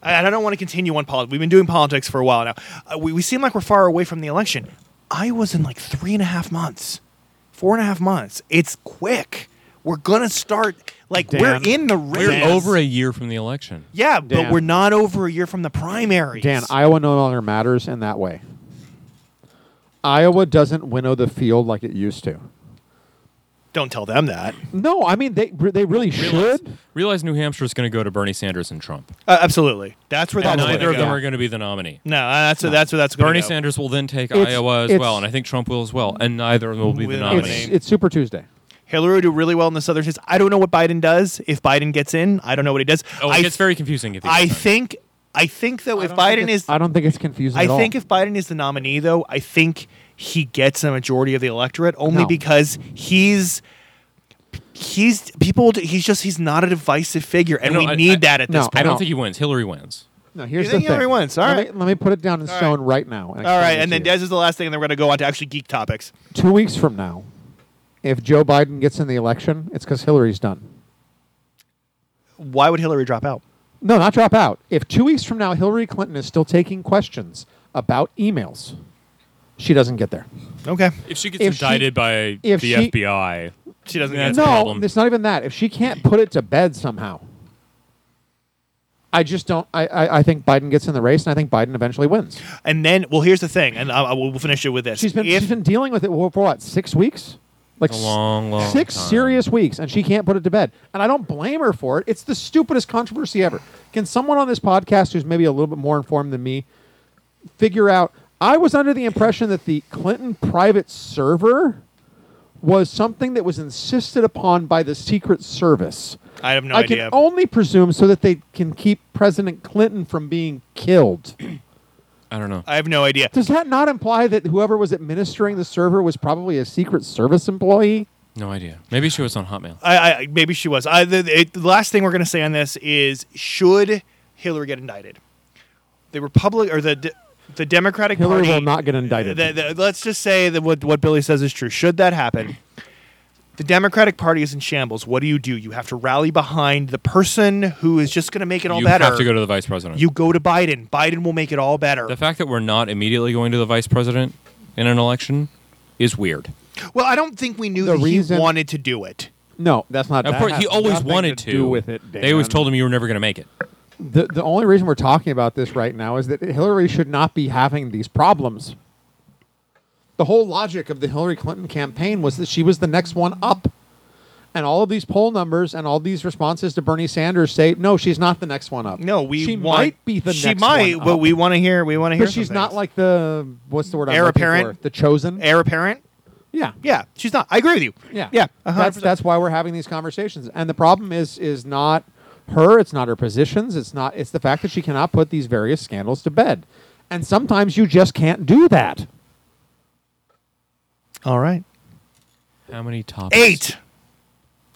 And I don't want to continue on politics. We've been doing politics for a while now. Uh, we, we seem like we're far away from the election. I was in like three and a half months, four and a half months. It's quick. We're gonna start like
Dan.
we're in the race.
We're over a year from the election.
yeah, but
Dan.
we're not over a year from the primaries.
Dan, Iowa no longer matters in that way. Iowa doesn't winnow the field like it used to.
Don't tell them that.
No, I mean they they really
Realize,
should.
realize New Hampshire's going to go to Bernie Sanders and Trump.
Uh, absolutely. That's where
And
that's
neither
gonna
of them
go.
are going to be the nominee.
No, that's that's where that's going.
Bernie
go.
Sanders will then take
It's-
Iowa as
it's-
well, and I think Trump will as well, and neither of them will be the
It's-
nominee.
It's it's Super Tuesday.
Hillary will do really well in the southern states. I don't know what Biden does. If Biden gets in, I don't know what he does.
oh,
I
it gets very confusing. If he
I
doesn't.
think I think though if
I don't think
Biden
it's-
is
I don't think it's confusing.
I
at all.
think if Biden is the nominee though, I think he gets a majority of the electorate only
No.
because he's he's people he's just he's not a divisive figure and
No,
we
I-
need
I-
that at
no,
this
I
point.
don't
No.
think he wins. Hillary wins.
no, here's
think
the thing.
Hillary wins? All
let
right.
Me, let me put it down in
right.
stone right now. and
All
explain
right,
it
and
to
then
you.
Des is the last thing and then we're going to go on to actually geek topics.
two weeks from now, if Joe Biden gets in the election, it's because Hillary's done.
Why would Hillary drop out?
No, not drop out. If two weeks from now Hillary Clinton is still taking questions about emails, she doesn't get there.
Okay.
If she gets
If she-
indicted by
if
the
she-
FBI,
She doesn't
That's
get
a
no,
problem.
it's not even that. If she can't put it to bed somehow, I just don't. I, I, I think Biden gets in the race, and I think Biden eventually wins.
And then well here's the thing and I, I will we'll finish it with this.
She's been
if,
she's been dealing with it for what six weeks, like
a
s-
long, long
six
time.
serious weeks, and she can't put it to bed. And I don't blame her for it. It's the stupidest controversy ever. Can someone on this podcast who's maybe a little bit more informed than me figure out? I was under the impression that the Clinton private server was something that was insisted upon by the Secret Service.
I have no
I
idea.
can only presume so that they can keep President Clinton from being killed.
I don't know.
I have no idea.
Does that not imply that whoever was administering the server was probably a Secret Service employee?
No idea. Maybe she was on Hotmail.
I, I maybe she was. I, the, it, the last thing we're going to say on this is: should Hillary get indicted? The Republic or the de- the Democratic
Hillary
Party
will not get indicted.
the- the- let's just say that what what Billy says is true. Should that happen? The Democratic Party is in shambles. What do you do? You have to rally behind the person who is just going to make it all
you
better.
have to go to the vice president.
you go to Biden. Biden will make it all better.
the fact that we're not immediately going to the vice president in an election is weird.
well, I don't think we knew
The
that
reason-
he wanted to do it.
No, that's not.
Of
that
course,
has
he always
nothing
wanted
to, do with it.
They always
Dan.
told him you were never going to make it.
the the only reason we're talking about this right now is that Hillary should not be having these problems. The whole logic of the Hillary Clinton campaign was that she was the next one up, and all of these poll numbers and all these responses to Bernie Sanders say no, she's not the next one up.
No, we
she
want,
might be the
she
next
might,
one
but
up.
we want to hear we want to hear.
but she's
some
not
things.
like the what's the word I'm
Heir
looking
apparent?
for? the chosen
heir apparent.
yeah
Yeah, she's not. I agree with you.
Yeah,
yeah. uh-huh.
That's that's why we're having these conversations. And the problem is is not her. It's not her positions. It's not. It's the fact that she cannot put these various scandals to bed. And sometimes you just can't do that.
All right.
How many topics?
Eight.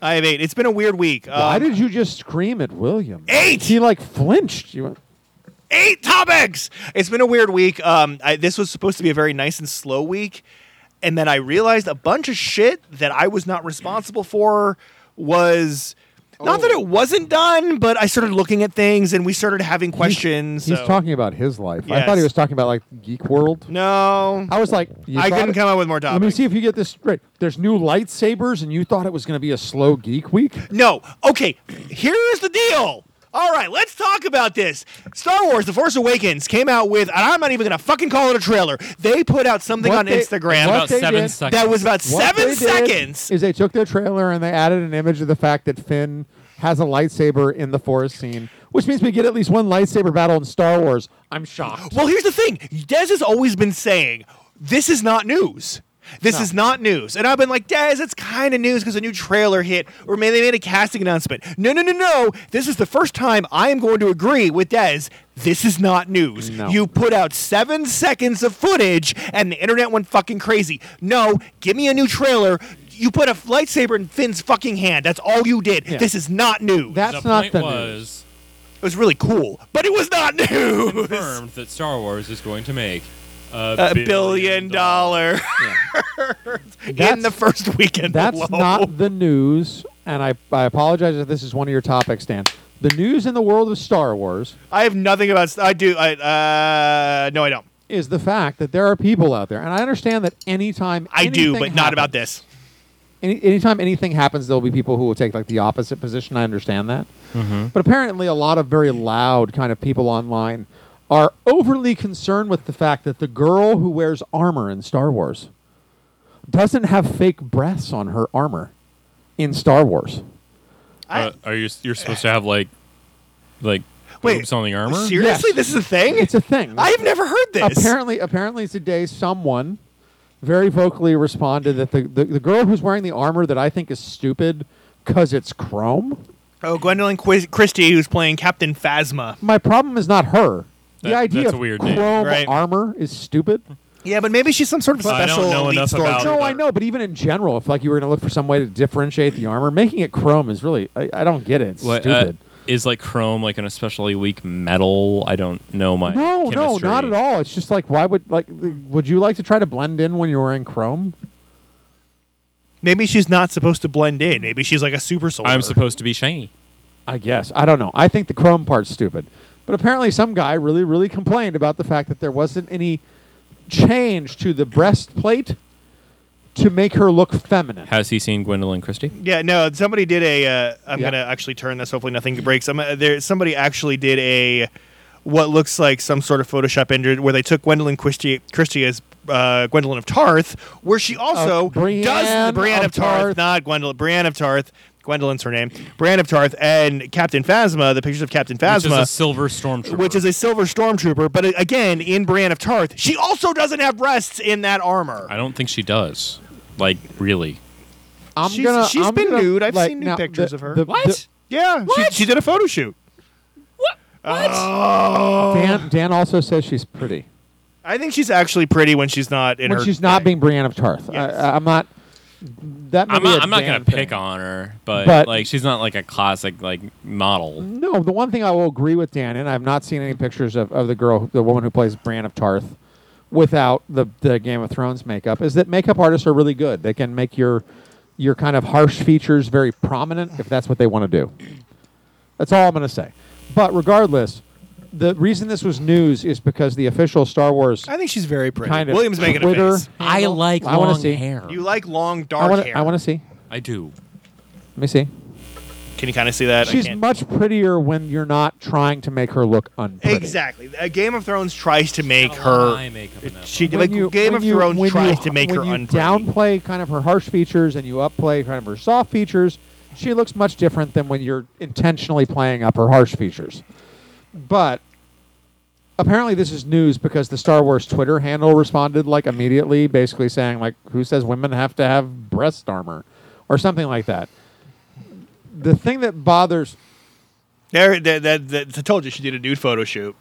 I have eight. It's been a weird week.
why
Um,
did you just scream at William?
Eight!
He like flinched. You went,
eight topics? It's been a weird week. Um, I, this was supposed to be a very nice and slow week, and then I realized a bunch of shit that I was not responsible for was. Not
Oh.
that it wasn't done, but I started looking at things and we started having questions.
He's
so-
talking about his life. I
Yes.
thought he was talking about like Geek World.
No,
I was like, you
I
thought
couldn't
it-
come up with more topics.
Let me see if you get this straight. There's new lightsabers, and you thought it was going to be a slow geek week.
No. Okay, here's the deal. All right, let's talk about this. Star Wars The Force Awakens came out with, and I'm not even going to fucking call it a trailer. They put out something
What
on
they-
Instagram
what
About
they
seven
did-
seconds.
that was about
What
seven
they did
seconds.
Is they took their trailer and they added an image of the fact that Finn has a lightsaber in the forest scene, which means we get at least one lightsaber battle in Star Wars. I'm shocked.
Well, here's the thing Dez has always been saying, this is not news. This is not news. And I've been like, Dez, it's kind of news because a new trailer hit or maybe they made a casting announcement. No, no, no, no. This is the first time I am going to agree with Dez. This is not news.
No.
You put out seven seconds of footage and the internet went fucking crazy. No, give me a new trailer. You put a lightsaber in Finn's fucking hand. That's all you did.
Yeah.
This is not news.
The
That's not
point
the news.
was
it was really cool, but it was not news.
confirmed that Star Wars is going to make a,
a billion dollar in the first weekend.
That's
alone.
not the news, and I, I apologize if this is one of your topics, Dan. The news in the world of Star Wars
I have nothing about. st- I do. I uh, no, I don't.
is the fact that there are people out there, and I understand that anytime
I do,
anything
but not about
happens-
this.
any, anytime anything happens, there'll be people who will take like the opposite position. I understand that,
Mm-hmm.
but apparently, a lot of very loud kind of people online are overly concerned with the fact that the girl who wears armor in Star Wars doesn't have fake breasts on her armor. in Star Wars.
I-
Uh, are you? You're supposed to have like, like
Wait,
boobs on the armor.
Seriously,
Yes.
this is a thing.
It's a thing.
I have never heard this.
apparently, apparently today someone very vocally responded that the, the, the girl who's wearing the armor that I think is stupid because it's chrome.
Oh, Gwendolyn Quis- Christie, who's playing Captain Phasma.
My problem is not her. The
That-
idea
that's
of
a weird name.
chrome
Right.
armor is stupid.
Yeah, but maybe she's some sort of
Well, I don't
special
know
elite
enough about
stormtrooper.
her.
No, I know, but even in general, if like you were going to look for some way to differentiate the armor, making it chrome is really I, I don't get it. It's
What, uh,
stupid.
is like chrome like an especially weak metal? I don't know my.
no, no,
chemistry.
not at all. It's just like why would like would you like to try to blend in when you're wearing chrome?
Maybe she's not supposed to blend in. Maybe she's like a super soldier.
I'm supposed to be shiny.
I guess. I don't know. I think the Chrome part's stupid. But apparently, some guy really, really complained about the fact that there wasn't any change to the breastplate to make her look feminine.
Has he seen Gwendolyn Christie?
Yeah, no. Somebody did a. Uh, I'm
Yeah.
gonna actually turn this. Hopefully, nothing breaks. I'm, uh, there. Somebody actually did a what looks like some sort of Photoshop injured where they took Gwendolyn Christie, Christie as uh, Gwendolyn of Tarth, where she also
Brienne
does the Brienne
of
of Tarth,
Tarth.
not Gwendolyn. Brienne of Tarth. Gwendolyn's her name. Brienne of Tarth and Captain Phasma. The pictures of Captain
Which is a
Phasma.
silver stormtrooper.
Which is a silver stormtrooper, but uh, again, in Brienne of Tarth, she also doesn't have breasts in that armor.
I don't think she does. Like really.
I'm
She's-
gonna.
she's
I'm
been
gonna,
nude. I've
like,
seen nude
now,
pictures
the-
of her.
the-
What?
yeah, She, she did a photo shoot.
What?
Uh,
Oh.
the- Dan, Dan also says she's pretty
I think she's actually pretty when she's not in
when
her.
she's not being Brienne of Tarth.
Yes.
I, I'm not. That may
I'm
be
not,
a
I'm not
Dan
gonna
thing.
pick on her, but,
But-
like she's not like a classic like model.
No, the one thing I will agree with Dan, and I've not seen any pictures of, of the girl, the woman who plays Bran of Tarth, without the, the Game of Thrones makeup, is that makeup artists are really good. They can make your your kind of harsh features very prominent if that's what they want to do. That's all I'm going to say. But regardless, the reason this was news is because the official Star Wars
I think she's very pretty.
kind of
William's making
Twitter
a face.
I like
I wanna long see. hair.
You like long dark
I want to
hair.
I want to see.
I do.
Let me see.
Can you kind of see that? I
She's
can't-
much prettier when you're not trying to make her look unpretty.
exactly. A Game of Thrones tries to make her. She
When
like
you-
Game
when
of
you-
Thrones
when
tries
you-
to make
when
her
you
unpretty.
downplay kind of her harsh features and you upplay kind of her soft features. She looks much different than when you're intentionally playing up her harsh features. But apparently, this is news because the Star Wars Twitter handle responded like immediately, basically saying like, "Who says women have to have breast armor?" or something like that. The thing that bothers
There, there, that, that, I told you she did a dude photo shoot.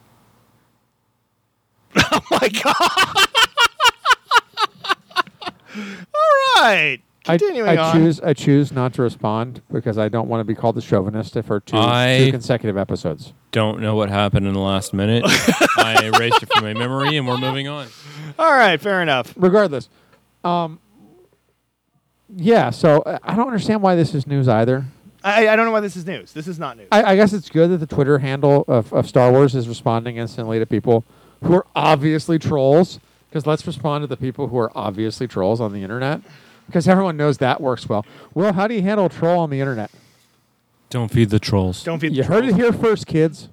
oh my god! All right.
I,
Continuing
I
on.
choose I choose not to respond because I don't want to be called a chauvinist for two,
I-
two consecutive episodes.
Don't know what happened in the last minute. I erased it from my memory, and we're moving on.
All right. Fair enough.
regardless, um, yeah. So uh, I don't understand why this is news either.
I, I don't know why this is news. This is not news.
I, I guess it's good that the Twitter handle of, of Star Wars is responding instantly to people who are obviously trolls. Because let's respond to the people who are obviously trolls on the internet. Because everyone knows that works well. Well, how do you handle a troll on the internet?
Don't feed the trolls.
don't feed
You
the
heard
trolls.
it here first, kids.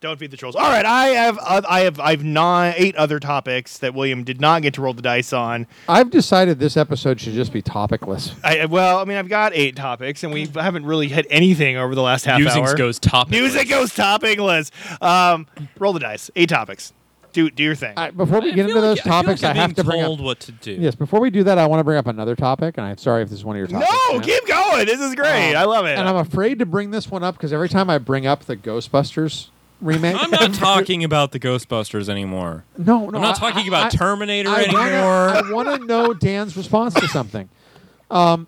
Don't feed the trolls. All right, I have uh, I have I've nine eight other topics that William did not get to roll the dice on.
I've decided this episode should just be topicless.
I I- well, I mean, I've got eight topics, and we haven't really hit anything over the last half
Using
hour.
Hmm. goes top.
Music goes topicless. Um, roll the dice. Eight topics. Do do your thing.
I, before we get into those topics, I, have to bring up.
told what to do.
Yes, before we do that, I want to bring up another topic, and I'm sorry if this is one of your
no,
topics. Matt.
keep going. This is great. I love it.
Um, And I'm afraid to bring this one up because every time I bring up the Ghostbusters remake,
I'm not talking about the Ghostbusters anymore.
No, no,
I'm not
I-
talking
I-
about
I-
Terminator
I
anymore.
Wanna, I want to know Dan's response to something. Um,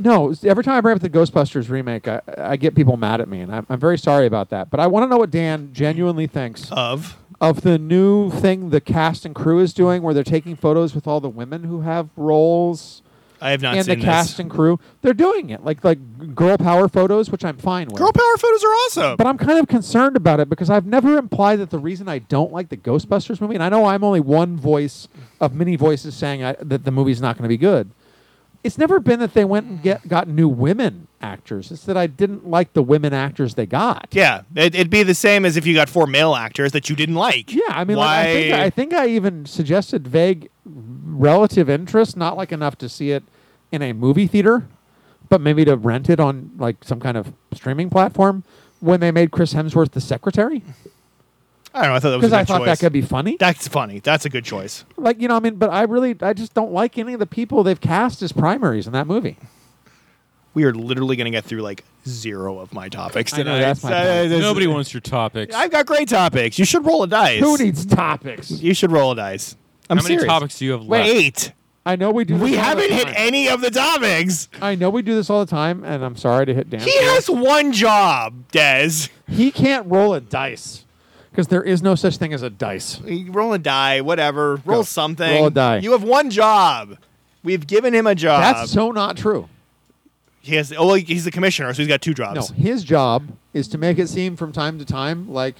no, s- every time I bring up the Ghostbusters remake, I, I get people mad at me, and I'm, I'm very sorry about that. But I want to know what Dan genuinely
Uh.
thinks
of
of the new thing the cast and crew is doing, where they're taking photos with all the women who have roles.
I have not
and the
seen
cast
this.
and crew, they're doing it. Like like girl power photos, which I'm fine with.
Girl power photos are awesome.
but I'm kind of concerned about it because I've never implied that the reason I don't like the Ghostbusters movie, and I know I'm only one voice of many voices saying I, that the movie's not going to be good. It's never been that they went and get got new women actors. It's that I didn't like the women actors they got.
yeah, it, it'd be the same as if you got four male actors that you didn't like.
Yeah, I mean,
why?
Like, I, think, I think I even suggested vague relative interest, not like enough to see it in a movie theater, but maybe to rent it on like some kind of streaming platform. When they made Chris Hemsworth the secretary,
I don't know. I thought that was a good
because I thought
choice.
that could be funny.
That's funny. That's a good choice.
like you know, I mean, but I really, I just don't like any of the people they've cast as primaries in that movie.
We are literally going to get through like zero of my topics
I know,
tonight.
that's my point.
this-
Nobody wants your topics.
I've got great topics. You should roll a dice.
Who needs topics?
You should roll a dice. I'm
How many
serious.
topics do you have
Wait,
left?
eight.
I know we do.
We
this all the
haven't hit
time.
any of the topics.
I know we do this all the time, and I'm sorry to hit Dan.
He has one job, Dez.
He can't roll a dice because there is no such thing as a dice.
You Roll a die, whatever. Roll
Go.
something.
Roll a die.
You have one job. We've given him a job.
That's so not true.
he has. Oh, well, he's the commissioner, so he's got two
No,
jobs.
his job is to make it seem from time to time like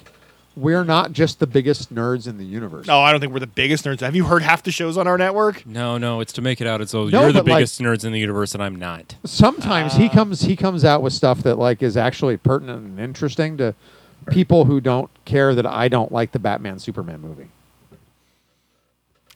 we're not just the biggest nerds in the universe.
No, Oh, I don't think we're the biggest nerds. Have you heard half the shows on our network?
No, no, it's to make it out as though
No,
you're the
but, like-
biggest nerds in the universe and I'm not.
Sometimes
Uh,
he comes he comes out with stuff that like is actually pertinent and interesting to people who don't care that I don't like the Batman Superman movie.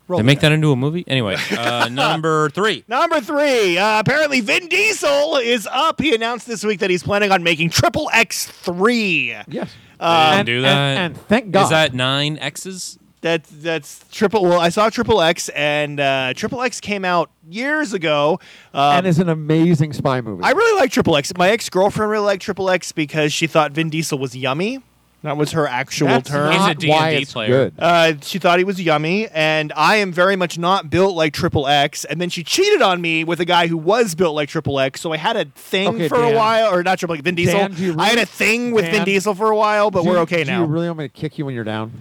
Roll
they
the
make
die.
that into a movie? Anyway, uh, number three.
Number three, uh, apparently Vin Diesel is up. He announced this week that he's planning on making Triple X three.
Yes.
They
Um,
and-
didn't do that.
and- and thank God.
Is that nine X's?
That's that's triple. Well, I saw Triple X, and uh, Triple X came out years ago. Um,
and is an amazing spy movie.
I really like Triple X. My ex girlfriend really liked Triple X because she thought Vin Diesel was yummy. That was her actual
That's
term.
He's a
not
D&D
why it's
player.
good.
Uh, she thought he was yummy, and I am very much not built like Triple X. And then she cheated on me with a guy who was built like Triple X. So I had a thing
Okay,
for
Dan.
a while, or not Triple X, Vin Diesel.
Dan, do you
I had
really-
a thing with Vin
Dan,
Diesel for a while, but
Do
we're
you-
okay
do
now.
you really want me to kick you when you're down?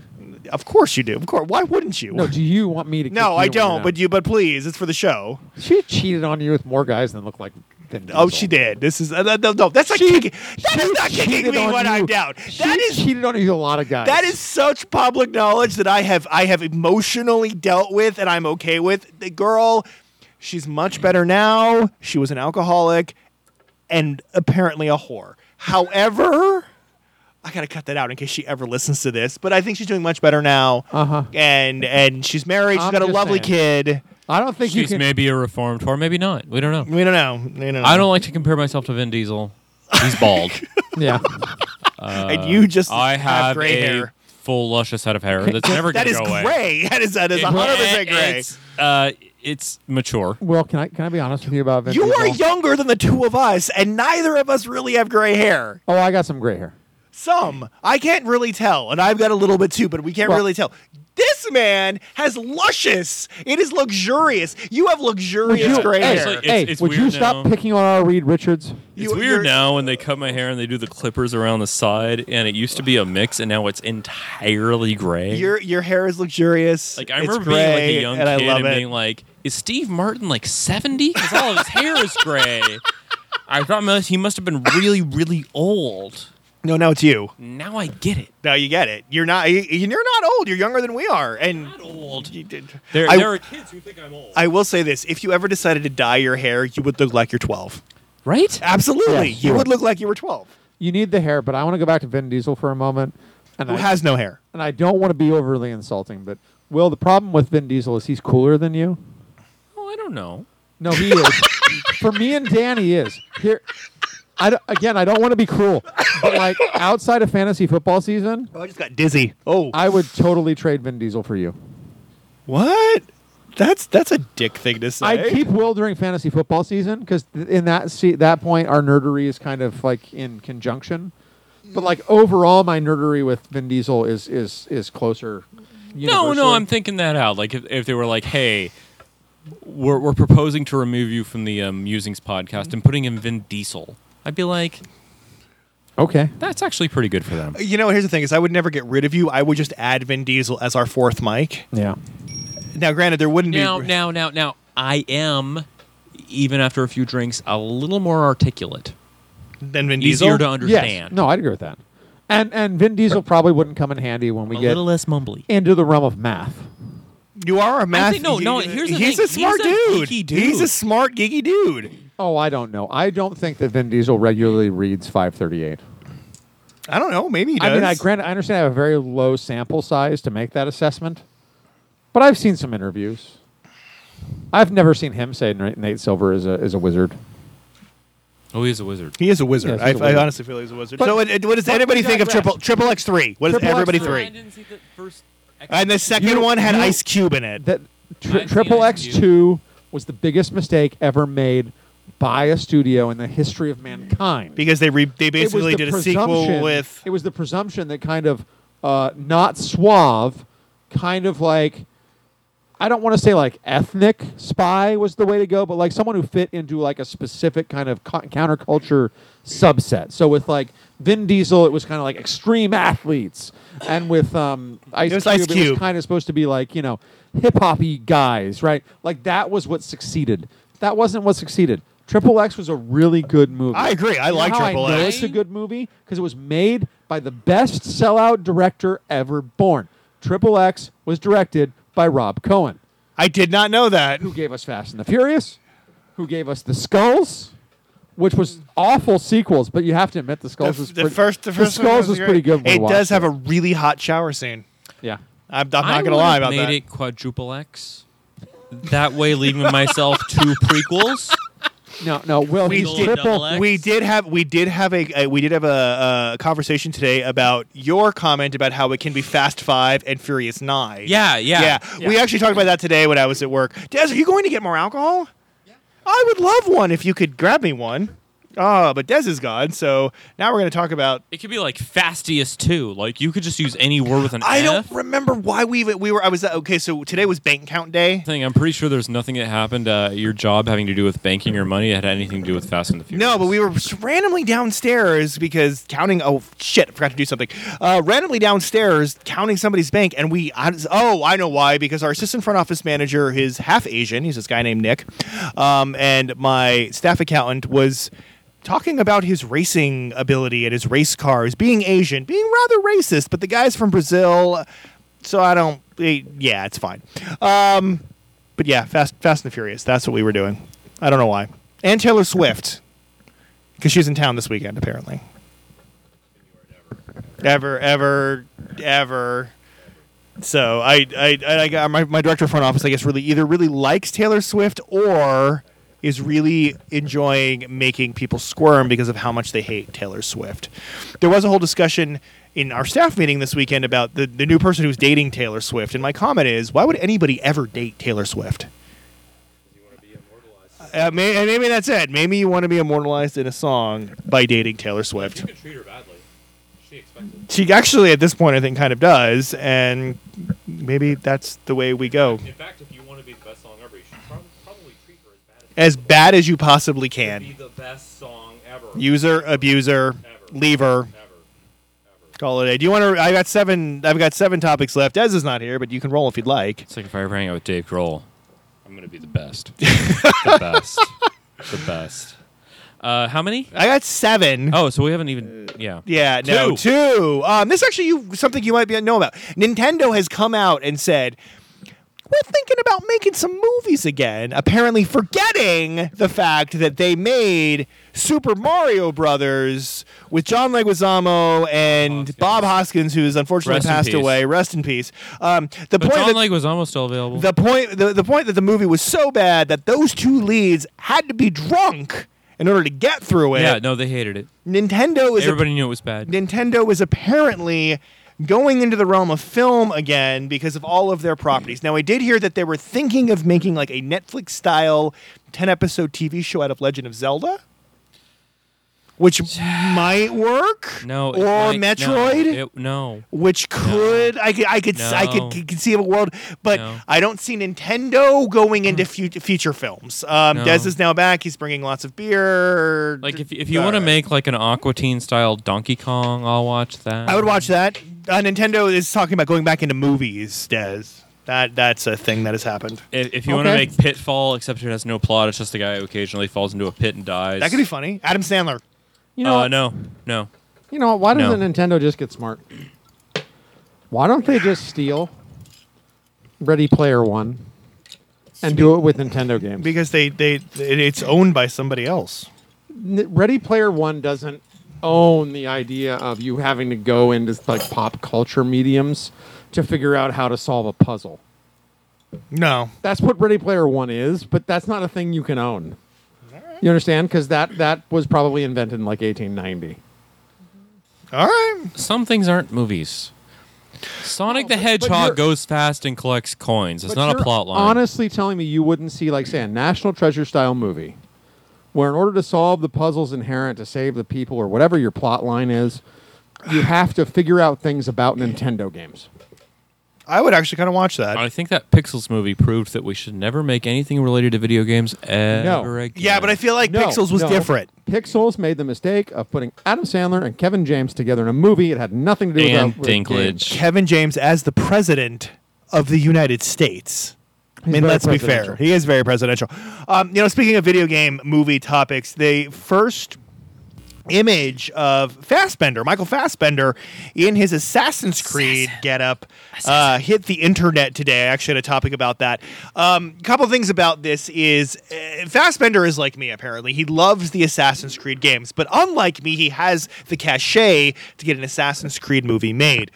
of course you do. Of course. Why wouldn't you?
No, do you want me to? kick
No,
you
I
when you're
don't.
down?
But you, but please, it's for the show.
she cheated on you with more guys than look like. Vin
Oh,
Diesel.
she did. This is uh, no, no, no. That's not
She-
kicking. That
she
is not kicking
cheated
me
on
when
you.
I'm down.
She
That is
cheated on you with a lot of guys.
that is such public knowledge that I have I have emotionally dealt with and I'm okay with. The girl, she's much better now. She was an alcoholic and apparently a whore. However, I gotta cut that out in case she ever listens to this. But I think she's doing much better now.
Uh-huh.
And and she's married. She's
I'm
got a
just
lovely kid.
I don't think you
She's
can.
maybe a reformed whore, maybe not. We don't know.
We don't know. We don't know.
I don't like to compare myself to Vin Diesel. He's bald.
Yeah.
And you just
I have,
gray
a
hair.
full luscious head of hair that's never
That
gonna
is
go away.
gray. That is that is
It-
100 percent
it-
gray.
It's, uh, it's mature.
Well, can I can I be honest with you about Vin
You
Diesel?
are younger than the two of us, and neither of us really have gray hair.
Oh, I got some gray hair.
Some I can't really tell, and I've got a little bit too, but we can't
Well-
really tell. This man has luscious. It is luxurious. You have luxurious
you,
gray
hey,
hair.
It's like-
hey,
it's
would you
weird
stop
now.
picking on our Reed Richards?
You-
it's weird
you're-
now when they cut my hair and they do the clippers around the side, and it used to be a mix, and now it's entirely gray.
Your your hair is luxurious.
like I
It's
remember being like
gray,
a young
and I
kid
love
and
it.
being like, "Is Steve Martin like 70? Because all of his hair is gray." I thought most- he must have been really, really old.
no, now it's you.
Now I get it.
Now you get it. You're not. you- You're not old. You're younger than we are. And
Not old.
you did.
There,
I-
there are kids who think I'm old,
I will say this: if you ever decided to dye your hair, you would look like you're 12.
right?
Absolutely,
Yes,
you
sure.
would look like you were 12.
You need the hair, but I want to go back to Vin Diesel for a moment. And
Who
I,
has no hair?
and I don't want to be overly insulting, but Will, the problem with Vin Diesel is he's cooler than you.
Oh, I don't know.
No, he is. For me and Dan, he is. Here, I don't- again, I don't want to be cruel, but like outside of fantasy football season,
Oh, I just got dizzy. Oh,
I would totally trade Vin Diesel for you.
what? That's that's a dick thing to say.
I keep Will during fantasy football season because in that se- that point, our nerdery is kind of like in conjunction. But like overall, my nerdery with Vin Diesel is is is closer.
No, no,
universally.
I'm thinking that out. Like if, if they were like, "Hey, we're we're proposing to remove you from the um, Musings podcast and putting in Vin Diesel," I'd be like,
okay.
"That's actually pretty good for them."
You know, here's the thing: is I would never get rid of you. I would just add Vin Diesel as our fourth mic.
Yeah.
Now, granted, there wouldn't
Now,
be.
now, now, now, I am, even after a few drinks, a little more articulate,
then Vin Diesel.
easier to
Yes.
understand.
No, I'd agree with that. And and Vin Diesel probably wouldn't come in handy when we
a
get
little less mumbly.
into the realm of math.
You are a math.
no, no,
you-
here's the
he's
thing.
a smart
He's a
dude.
geeky
He's a
dude.
smart geeky dude.
Oh, I don't know. I don't think that Vin Diesel regularly reads 538.
I don't know. Maybe he does.
I mean, I granted, I understand I have a very low sample size to make that assessment, but I've seen some interviews. I've never seen him say Nate Nate Silver is a is a wizard.
Oh, he's a wizard.
He is a wizard.
Yes, he's
I,
a
I
wizard.
honestly feel he's a wizard.
But-
so, it, it- what does
but
anybody
we
think of
digress.
triple triple X three? What does
Triple X
everybody
three.
three?
didn't see the first.
And the second one had
you-
Ice Cube in it.
That tri-
I've seen
Triple
it
X
too.
two was the biggest mistake ever made by a studio in the history of mankind.
because they re- they
It was
basically
the
did a sequel
presumption-
with
it was the presumption that kind of uh, not suave, kind of like I don't want to say like ethnic spy was the way to go, but like someone who fit into like a specific kind of co- counterculture subset. So with like Vin Diesel, it was kind of like extreme athletes, and with um, Ice
It was
Cube,
Ice
it
Cube.
was kind of supposed to be like you know hip hoppy guys, right? Like that was what succeeded. That wasn't what succeeded. Triple X was a really good movie.
I agree. I
You know
like
how
Triple
I know
X.
It's a good movie because it was made by the best sellout director ever born. Triple X was directed by Rob Cohen,
I did not know that.
who gave us Fast and the Furious, who gave us The Skulls, which was awful sequels, but you have to admit The Skulls
The,
was
the
pretty,
first, the first one
Skulls was
great.
pretty good. when
It
we
does
watched
have
it.
a really hot shower scene.
yeah.
I'm, I'm not gonna lie about
made
that.
it quadruple X. That way, leaving myself two prequels.
No, no. Well,
We
he's
did-
triple.
Double X.
We did have we did have a, a we did have a, a conversation today about your comment about how it can be Fast Five and Furious Nine.
Yeah, yeah.
yeah. We actually talked about that today when I was at work. Des, are you going to get more alcohol? I would love one if you could grab me one. Ah, but Des is gone, so now we're going to talk about.
It could be like Fastiest too. Like you could just use any word with an
I don't
F.
remember why we even we were. I was okay. So today was bank count day.
Thing. I'm pretty sure there's nothing that happened uh, at your job having to do with banking or money that had anything to do with Fast and the Furious.
No, but we were randomly downstairs because counting. Oh shit! I forgot to do something. Uh, randomly downstairs counting somebody's bank, and we. I was- oh, I know why. Because our assistant front office manager is half Asian. He's this guy named Nick, um, and my staff accountant was talking about his racing ability and his race cars, being Asian, being rather racist. But the guy's from Brazil, so I don't. eh, Yeah, it's fine. Um, but yeah, Fast Fast and the Furious. That's what we were doing. I don't know why. And Taylor Swift, because she's in town this weekend apparently. Ever, ever, ever. So I, I, I, I got my, my director of front office. I guess really either really likes Taylor Swift or is really enjoying making people squirm because of how much they hate Taylor Swift. There was a whole discussion in our staff meeting this weekend about the, the new person who's dating Taylor Swift. And my comment is, why would anybody ever date Taylor Swift? Uh, may, and maybe that's it. Maybe you want to be immortalized in a song by dating Taylor Swift.
could treat her badly. She expected.
She actually, at this point, I think, kind of does, and maybe that's the way we go.
In fact, if you want to be the best song ever, you should probably treat her
As
as bad
bad as you possibly can.
the best song ever.
User, abuser, lever. Call it a. Do you want to? I got seven. I've got seven topics left. Des is not here, but you can roll if you'd like.
It's like if I ever hang out with Dave Grohl, I'm gonna be the best, the best, the best. Uh, how many?
I got seven.
Oh, so we haven't even. Yeah.
Yeah, no,
Two.
two. Um, this actually you something you might be know about. Nintendo has come out and said we're thinking about making some movies again. Apparently, forgetting the fact that they made Super Mario Brothers with John Leguizamo and Bob Hoskins, who's unfortunately
Oh, Rest in
passed
peace.
away. Rest in peace. Um, the
But
point
John
that-
Lake was almost still available.
the point the, the point that the movie was so bad that those two leads had to be drunk in order to get through it.
yeah, no, they hated it.
Nintendo is a-
Everybody knew it was bad.
Nintendo is apparently going into the realm of film again because of all of their properties. Now, I did hear that they were thinking of making like a Netflix style 10 episode TV show out of Legend of Zelda, which might work.
no, it
or
might- no,
Metroid.
it- no,
which could I could I could s I
No.
could c- conceive a world, but
No.
I don't see Nintendo going into fut- feature films. Um,
No.
Dez is now back. He's bringing lots of beer. uh,
like if if you want to
Alright.
make like an Aqua Teen style Donkey Kong, I'll watch that.
I would watch that. Uh, Nintendo is talking about going back into movies, Des. That that's a thing that has happened.
If, if you want to
Okay.
make Pitfall, except it has no plot, it's just the guy who occasionally falls into a pit and dies.
That could be funny. Adam Sandler.
You know,
uh,
what?
no, no.
you know, what? why doesn't
No.
Nintendo just get smart? Why don't they just steal Ready Player One and do it with Nintendo games?
Because they, they it- it's owned by somebody else.
N- Ready Player One doesn't own the idea of you having to go into like pop culture mediums to figure out how to solve a puzzle.
No.
That's what Ready Player One is, but that's not a thing you can own. You understand? Because that that was probably invented in like 1890.
All right.
Some things aren't movies. Sonic the
you're-
Hedgehog goes fast and collects coins. It's
But
not a
you're
plot line.
Honestly, telling me you wouldn't see, like, say, a National Treasure style movie, where in order to solve the puzzles inherent to save the people or whatever your plot line is, you have to figure out things about Nintendo games.
I would actually kind of watch that.
I think that Pixels movie proved that we should never make anything related to video games ever again.
yeah, but I feel like
No,
Pixels was
no.
different.
Pixels made the mistake of putting Adam Sandler and Kevin James together in a movie. It had nothing to do
and
with, with games.
Dinklage.
Kevin James as the president of the United States. I mean,
very
let's be fair.
presidential.
He is very presidential. Um, you know, speaking of video game movie topics, the first image of Fassbender, Michael Fassbender, in his Assassin's Creed getup, uh, hit the internet today. I actually had a topic about that. A um, couple things about this is uh, Fassbender is like me. Apparently, he loves the Assassin's Creed games, but unlike me, he has the cachet to get an Assassin's Creed movie made.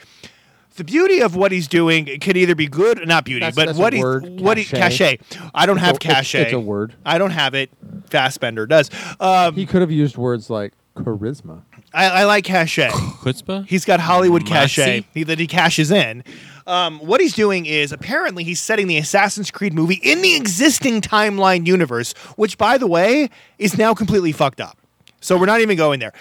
The beauty of what he's doing it could either be good, not beauty,
That's-
but
that's a
what he
word,
what he
cachet.
cachet. I don't
It's a-
have
it's-
cachet.
it's a word.
I don't have it. Fassbender does. Um,
He could have used words like charisma.
I, I like cachet.
Chutzpah?
He's got Hollywood cachet
Moxie?
he- that he cashes in. Um, what he's doing is apparently he's setting the Assassin's Creed movie in the existing timeline universe, which, by the way, is now completely fucked up. So we're not even going there.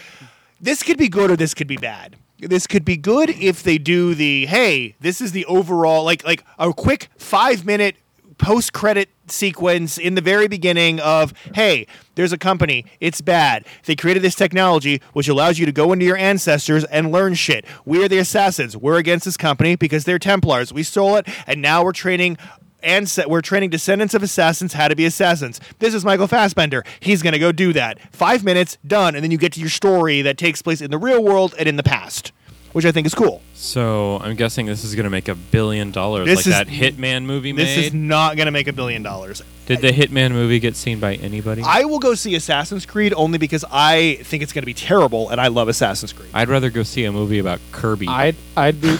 This could be good or this could be bad. This could be good if they do the hey, this is the overall like like a quick five minute post credit sequence in the very beginning of hey there's a company it's bad they created this technology which allows you to go into your ancestors and learn shit we're the assassins we're against this company because they're templars we stole it and now we're training and we're training descendants of assassins how to be assassins. This is Michael Fassbender. He's going to go do that. Five minutes, done, and then you get to your story that takes place in the real world and in the past, which I think is cool.
So I'm guessing this is going to make a billion dollars,
This
like
is-
that Hitman movie
This
made.
is not going to make a billion dollars.
Did the Hitman movie get seen by anybody?
I will go see Assassin's Creed only because I think it's going to be terrible, and I love Assassin's Creed.
I'd rather go see a movie about Kirby.
I'd I'd be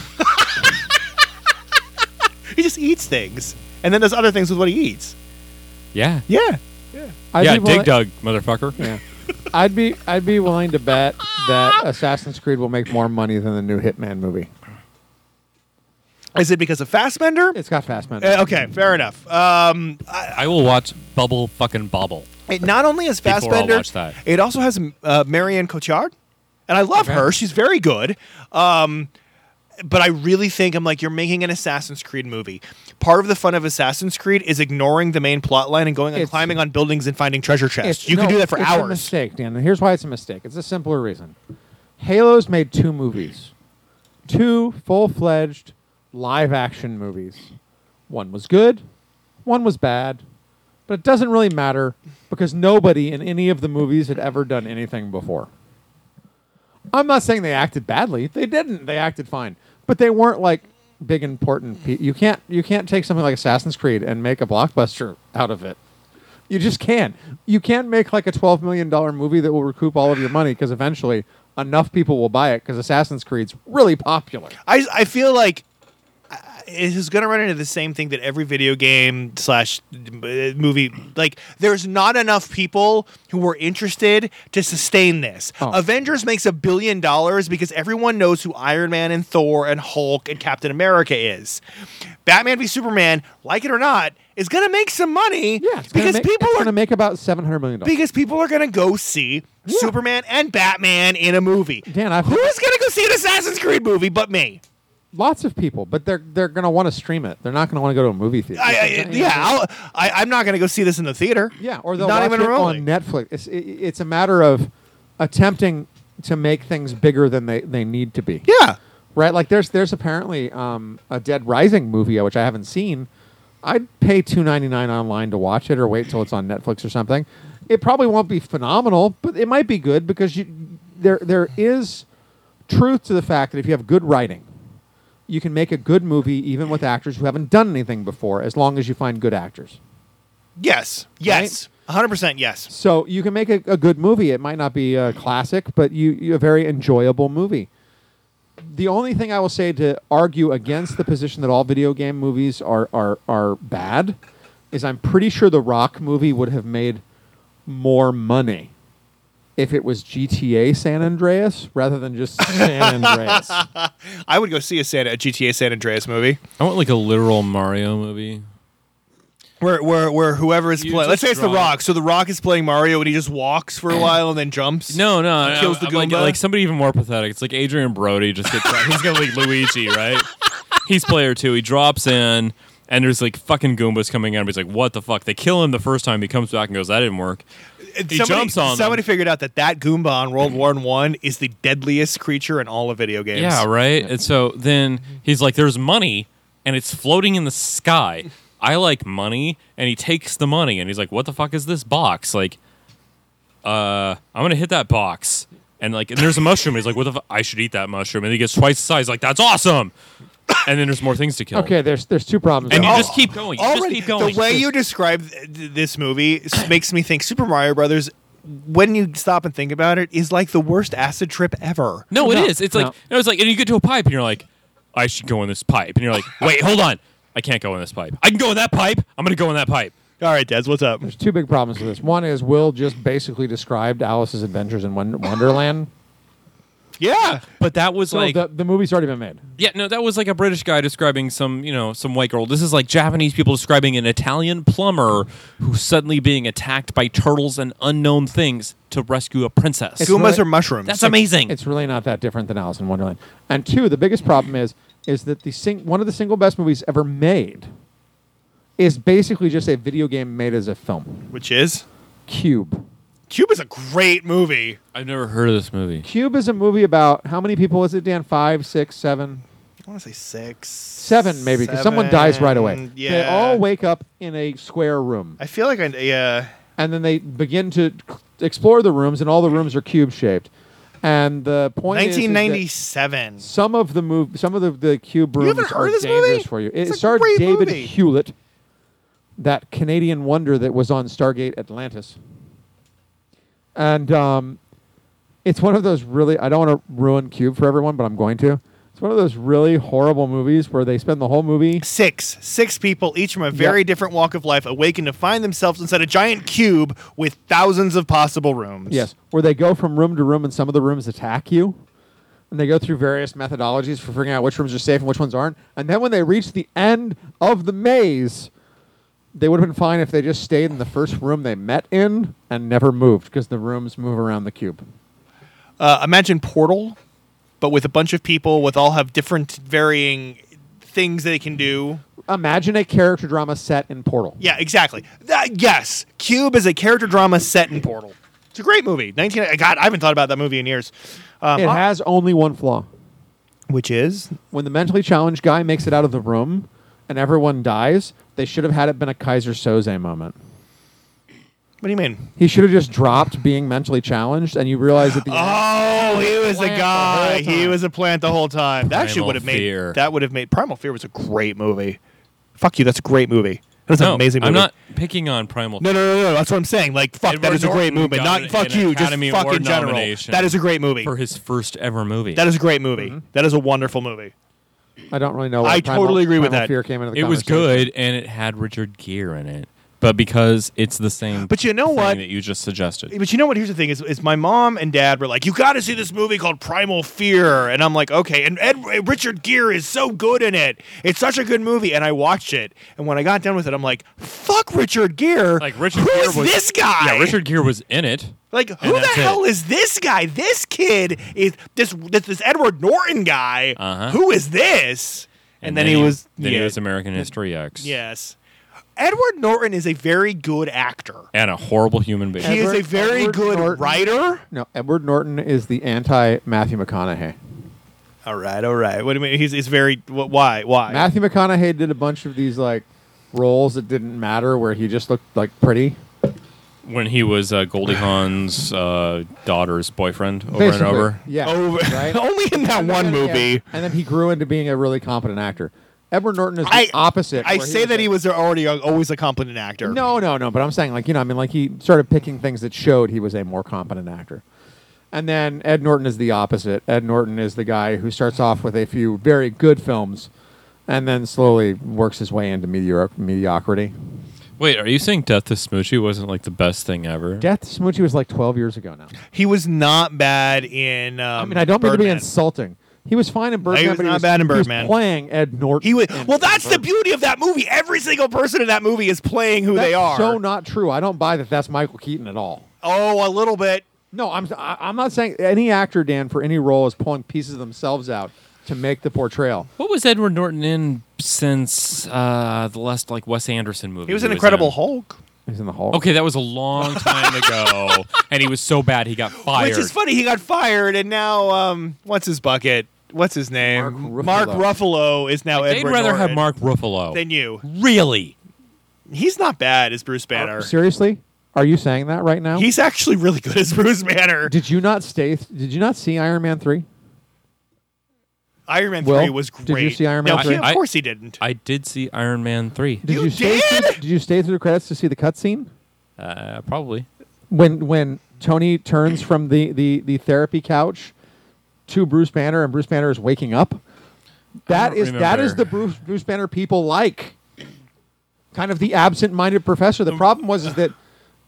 He just eats things, and then does other things with what he eats.
yeah.
Yeah.
I'd
yeah,
be
Dig
willing,
Dug, motherfucker.
Yeah. I'd be I'd be willing to bet that Assassin's Creed will make more money than the new Hitman movie.
Is it because of Fassbender?
It's got fast money.
Uh, okay, fair enough. Um,
I will watch Bubble fucking Bobble.
It not only has
Before I'll
Fassbender,
watch that.
it also has uh, Marianne Cotillard, and I love her. She's very good. Um, but I really think I'm like, you're making an Assassin's Creed movie. Part of the fun of Assassin's Creed is ignoring the main plot line and going and
It's-
climbing on buildings and finding treasure chests.
It's-
You can
no,
do that for
it's a
hours.
mistake, Dan. And here's why it's a mistake. It's a simpler reason. Halo's made two movies, two full-fledged live-action movies. One was good, one was bad, but it doesn't really matter because nobody in any of the movies had ever done anything before. I'm not saying they acted badly. They didn't. They acted fine, but they weren't like big important. Pe- you can't you can't take something like Assassin's Creed and make a blockbuster out of it. You just can't. You can't make like a twelve million dollar movie that will recoup all of your money because eventually enough people will buy it because Assassin's Creed's really popular.
I I feel like uh, it is going to run into the same thing that every video game slash uh, movie like there's not enough people who were interested to sustain this
Oh.
avengers makes a billion dollars because everyone knows who iron man and thor and hulk and captain america is batman v superman like it or not is going to make some money
Yeah, it's gonna
because
make,
people
it's
are
gonna make about seven hundred million dollars.
because people are gonna go see Superman and Batman in a movie.
Dan, I-
who's gonna go see an Assassin's Creed movie but me?
Lots of people, but they're they're gonna want to stream it. They're not gonna want to go to a movie theater.
I, I,
You know,
yeah, I'll, I, I'm not going to go see this in the theater.
Yeah, or they'll
not
watch
even
it
rolling.
on Netflix. It's, it, it's a matter of attempting to make things bigger than they, they need to be.
Yeah,
Right? Like there's there's apparently um, a Dead Rising movie uh, which I haven't seen. I'd pay two ninety nine online to watch it or wait till it's on Netflix or something. It probably won't be phenomenal, but it might be good because you there there is truth to the fact that if you have good writing, you can make a good movie even with actors who haven't done anything before, as long as you find good actors.
yes, yes, 100 percent yes.
So you can make a, a good movie. It might not be a classic, but you, you a very enjoyable movie. the only thing I will say to argue against the position that all video game movies are are are bad is I'm pretty sure the Rock movie would have made more money if it was GTA San Andreas rather than just San Andreas.
I would go see a, San, a GTA San Andreas movie
I want like a literal Mario movie.
where where where whoever is
You
playing. Let's
just
say it's the
draw.
Rock. So the Rock is playing Mario and he just walks for a while and then jumps.
No, no, no,
Kills the
I'm like,
Goomba?
like somebody even more pathetic. It's like Adrian Brody just gets he's gonna like Luigi, right? He's player two. He drops in, and there's like fucking Goombas coming out. He's like, "What the fuck?" They kill him the first time. He comes back and goes, "That didn't work." He
somebody,
jumps on
Somebody
them.
figured out that that Goomba on World War One is the deadliest creature in all of video games.
Yeah, right. And so then he's like, "There's money, and it's floating in the sky. I like money." And he takes the money, and he's like, "What the fuck is this box?" Like, uh, I'm gonna hit that box, and like, and there's a mushroom. And he's like, "What the? Fu- I should eat that mushroom." And he gets twice the size. Like, that's awesome. And then there's more things to kill.
Okay, there's there's two problems.
And
there.
you just keep going. You just
Oh, Already,
keep going.
the way you describe th- th- this movie s- makes me think Super Mario Brothers. When you stop and think about it, is like the worst acid trip ever.
No, it
No,
is. It's
no.
like no, it's like, and you get to a pipe, and you're like, I should go in this pipe, and you're like, wait, hold on, I can't go in this pipe. I can go in that pipe. I'm gonna go in that pipe.
All right, Des, what's up?
There's two big problems with this. One is Will just basically described Alice's adventures in Won- Wonderland.
Yeah,
But that was
So
like,
the, the movie's already been made.
yeah, no, that was like a British guy describing some, you know, some white girl. This is like Japanese people describing an Italian plumber who's suddenly being attacked by turtles and unknown things to rescue a princess.
It's-
Goombas
really-
are mushrooms.
That's amazing.
It's really not that different than Alice in Wonderland. And two, the biggest problem is is that the sing- one of the single best movies ever made is basically just a video game made as a film.
which is
Cube.
Cube is a great movie.
I've never heard of this movie.
Cube is a movie about how many people is it, Dan? Five, six, seven,
I want to say six,
seven, maybe, because someone dies right away.
Yeah,
They all wake up in a square room.
I feel like I yeah.
and then they begin to c- explore the rooms, and all the rooms are cube shaped. And the point is- is, that
1997.
some of the move, some of the, the cube rooms
haven't
are
heard of this
dangerous
movie?
for you. It
It's a
starred
great
David
movie.
Hewlett, that Canadian wonder that was on Stargate Atlantis, and um, it's one of those really. I don't want to ruin Cube for everyone, but I'm going to. It's one of those really horrible movies where they spend the whole movie
Six, six people, each from a very
Yep.
different walk of life, awaken to find themselves inside a giant cube with thousands of possible rooms.
Yes, where they go from room to room, and some of the rooms attack you, and they go through various methodologies for figuring out which rooms are safe and which ones aren't. And then when they reach the end of the maze, they would have been fine if they just stayed in the first room they met in and never moved because the rooms move around the cube.
Uh, imagine Portal, but with a bunch of people with all have different varying things they can do.
Imagine a character drama set in Portal.
Yeah, exactly. That, yes, Cube is a character drama set in Portal. It's a great movie. 19. God, I haven't thought about that movie in years. Um,
It
uh,
has only one flaw.
which is
When the mentally challenged guy makes it out of the room and everyone dies, they should have had it been a Kaiser Soze moment.
what do you mean?
He should have just dropped being mentally challenged, and you realize at the end.
Oh, he was a
plant the
guy.
whole
He
time.
was a plant the whole time. That actually
Primal
would have made
Fear.
that would have made Primal Fear was a great movie. Fuck you, that's a great movie. That's an
no,
amazing movie.
I'm not picking on Primal.
No, no, no, no. That's what I'm saying. Like, fuck, that
Edward
is a great
Norton
movie.
got
Not
an
fuck you, just
Academy
fuck
Award
in general.
nomination
That is a great movie.
for his first ever movie.
That is a great movie.
Mm-hmm.
That is a wonderful movie.
I don't really know. Why
I
Primal-
totally agree with
Primal
that.
Fear came into the
it was
conversation.
good and it had Richard Gere in it. But because it's the same
But you know
thing
what?
that you just suggested.
But you know what? Here's the thing: is, is my mom and dad were like, "You got to see this movie called Primal Fear," and I'm like, "Okay." And Ed, Richard Gere is so good in it; it's such a good movie. And I watched it, and when I got done with it, I'm like, "Fuck Richard Gere!
Like Richard
who
Gere
is
was
this guy?
Yeah, Richard Gere was in it.
Like who the
that's it.
hell is this guy? This kid is this this, this Edward Norton guy.
Uh-huh.
Who is this?" And, then, he was
then
yeah,
he was American History X.
yes. Edward Norton is a very good actor.
And a horrible human being.
he is a
Edward-
very
Edward
good
Norton.
writer.
No, Edward Norton is the anti Matthew McConaughey.
All right, all right. What do you mean? He's, he's very. Wh- why? Why?
Matthew McConaughey did a bunch of these like roles that didn't matter, where he just looked like pretty.
when he was uh, Goldie Hawn's uh, daughter's boyfriend over
Basically,
and over.
Yeah.
Over-
Right?
only in that one
Yeah,
movie.
And then he grew into being a really competent actor. Edward Norton is the
I-
opposite.
I
where
say that
a-
he was already a, always a competent actor.
No, no, no. But I'm saying, like, you know, I mean, like, he started picking things that showed he was a more competent actor. And then Ed Norton is the opposite. Ed Norton is the guy who starts off with a few very good films and then slowly works his way into meteor- mediocrity.
Wait, are you saying Death to Smoochie wasn't like the best thing ever?
Death to Smoochie was like 12 years ago now.
He was not bad in. Um,
I mean, I don't mean to be
Birdman.
insulting. He was fine in Birdman.
was
but
not bad in
he was
Birdman.
playing Ed Norton.
He was,
in
well, that's the
Birdman.
beauty of that movie. Every single person in that movie is playing who
That's
they are.
So not true. I don't buy that. That's Michael Keaton at all.
oh, a little bit.
No, I'm I- I'm not saying any actor Dan for any role is pulling pieces of themselves out to make the portrayal.
What was Edward Norton in since uh, the last like Wes Anderson movie?
He was um, an Incredible
in?
Hulk,
He's in the Hulk.
Okay, that was a long time ago, and he was so bad he got fired.
which is funny. He got fired, and now um, what's his bucket? What's his name?
Mark Ruffalo.
Ruffalo is now
They'd
Edward
rather have
Norton
Mark Ruffalo
than you.
Really?
He's not bad as Bruce Banner.
Seriously, are you saying that right now?
He's actually really good as Bruce Banner.
did you not stay? Did you not see Iron Man three?
Iron Man
Will,
Three was
did
great.
you see Iron Man
no, he-
3?
of
I-
course he didn't.
I did see Iron Man three.
Did
You
stay?
did?
Through, did you stay through the credits to see the cutscene
Uh, probably.
when when Tony turns from the, the the therapy couch to Bruce Banner and Bruce Banner is waking up? That
don't
is that is
remember.
the Bruce Bruce Banner people like. Kind of the absent-minded professor. The problem was is that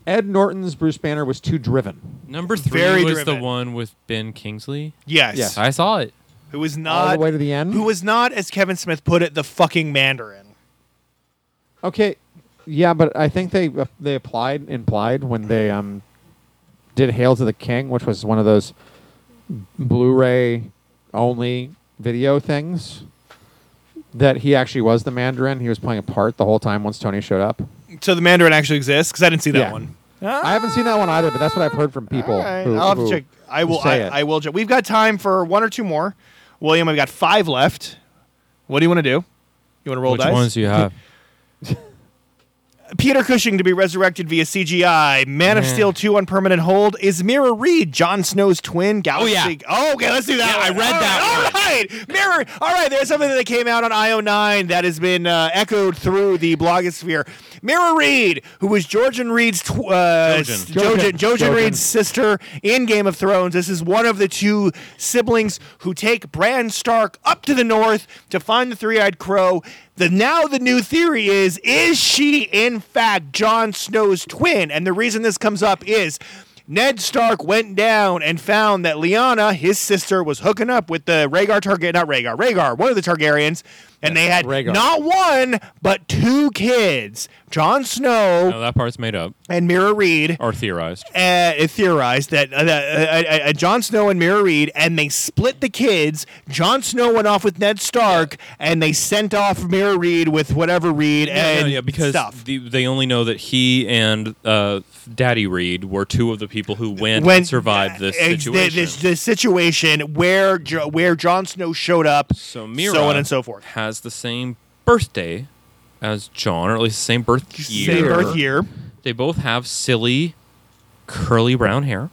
Ed Norton's Bruce Banner was too driven.
Number three
Very
was
driven.
the one with Ben Kingsley.
yes.
Yes.
I saw it.
Who was
all
not
the way to the end.
who was not, as Kevin Smith put it, the fucking Mandarin.
Okay, yeah, but I think they uh, they applied implied when they um did "Hail to the King," which was one of those Blu-ray only video things. That he actually was the Mandarin. He was playing a part the whole time once Tony showed up.
So the Mandarin actually exists because I didn't see that
Yeah.
one.
I haven't seen that one either, but that's what I've heard from people.
Ah. All right,
who-
I'll have to
who-
check. I
who
will.
say
I,
it.
I will. check. We've got time for one or two more. William, I've got five left. What do you want to do? You want to roll
Which
dice?
ones do you have?
Peter Cushing to be resurrected via CGI. Man of
Yeah.
Steel 2 on permanent hold. Is Mira Reed Jon Snow's twin? Galaxy.
yeah.
Oh, okay, let's do that.
Yeah, I
one.
read
All
that
right, All right. Mira. All right, there's something that came out on IO9 that has been uh, echoed through the blogosphere. Mira Reed, who was Georgian Reed's tw- uh,
Jojen.
s- Jojen.
Jojen.
Jojen
Jojen.
Reed's sister in Game of Thrones. This is one of the two siblings who take Bran Stark up to the north to find the three-eyed crow. The now the new theory is is she in fact Jon Snow's twin? And the reason this comes up is Ned Stark went down and found that Lyanna, his sister, was hooking up with the Rhaegar Targaryen, not Rhaegar, Rhaegar, one of the Targaryens, and they had
Rhaegar.
not one but two kids, Jon Snow
No, that part's made up
and Mira Reed
or theorized.
uh, it theorized that uh, uh, uh, uh, Jon Snow and Mira Reed, and they split the kids. Jon Snow went off with Ned Stark, and they sent off Mira Reed with whatever Reed
Yeah,
and
yeah, because
stuff.
The, they only know that he and uh, Daddy Reed were two of the people who went
When-
and survived this
Ex-
situation.
The, this- this situation where jo- where Jon Snow showed up,
so Mira
so on and so forth.
has the same birthday as John, or at least the same birth year.
Same birth year,
They both have silly, curly brown hair.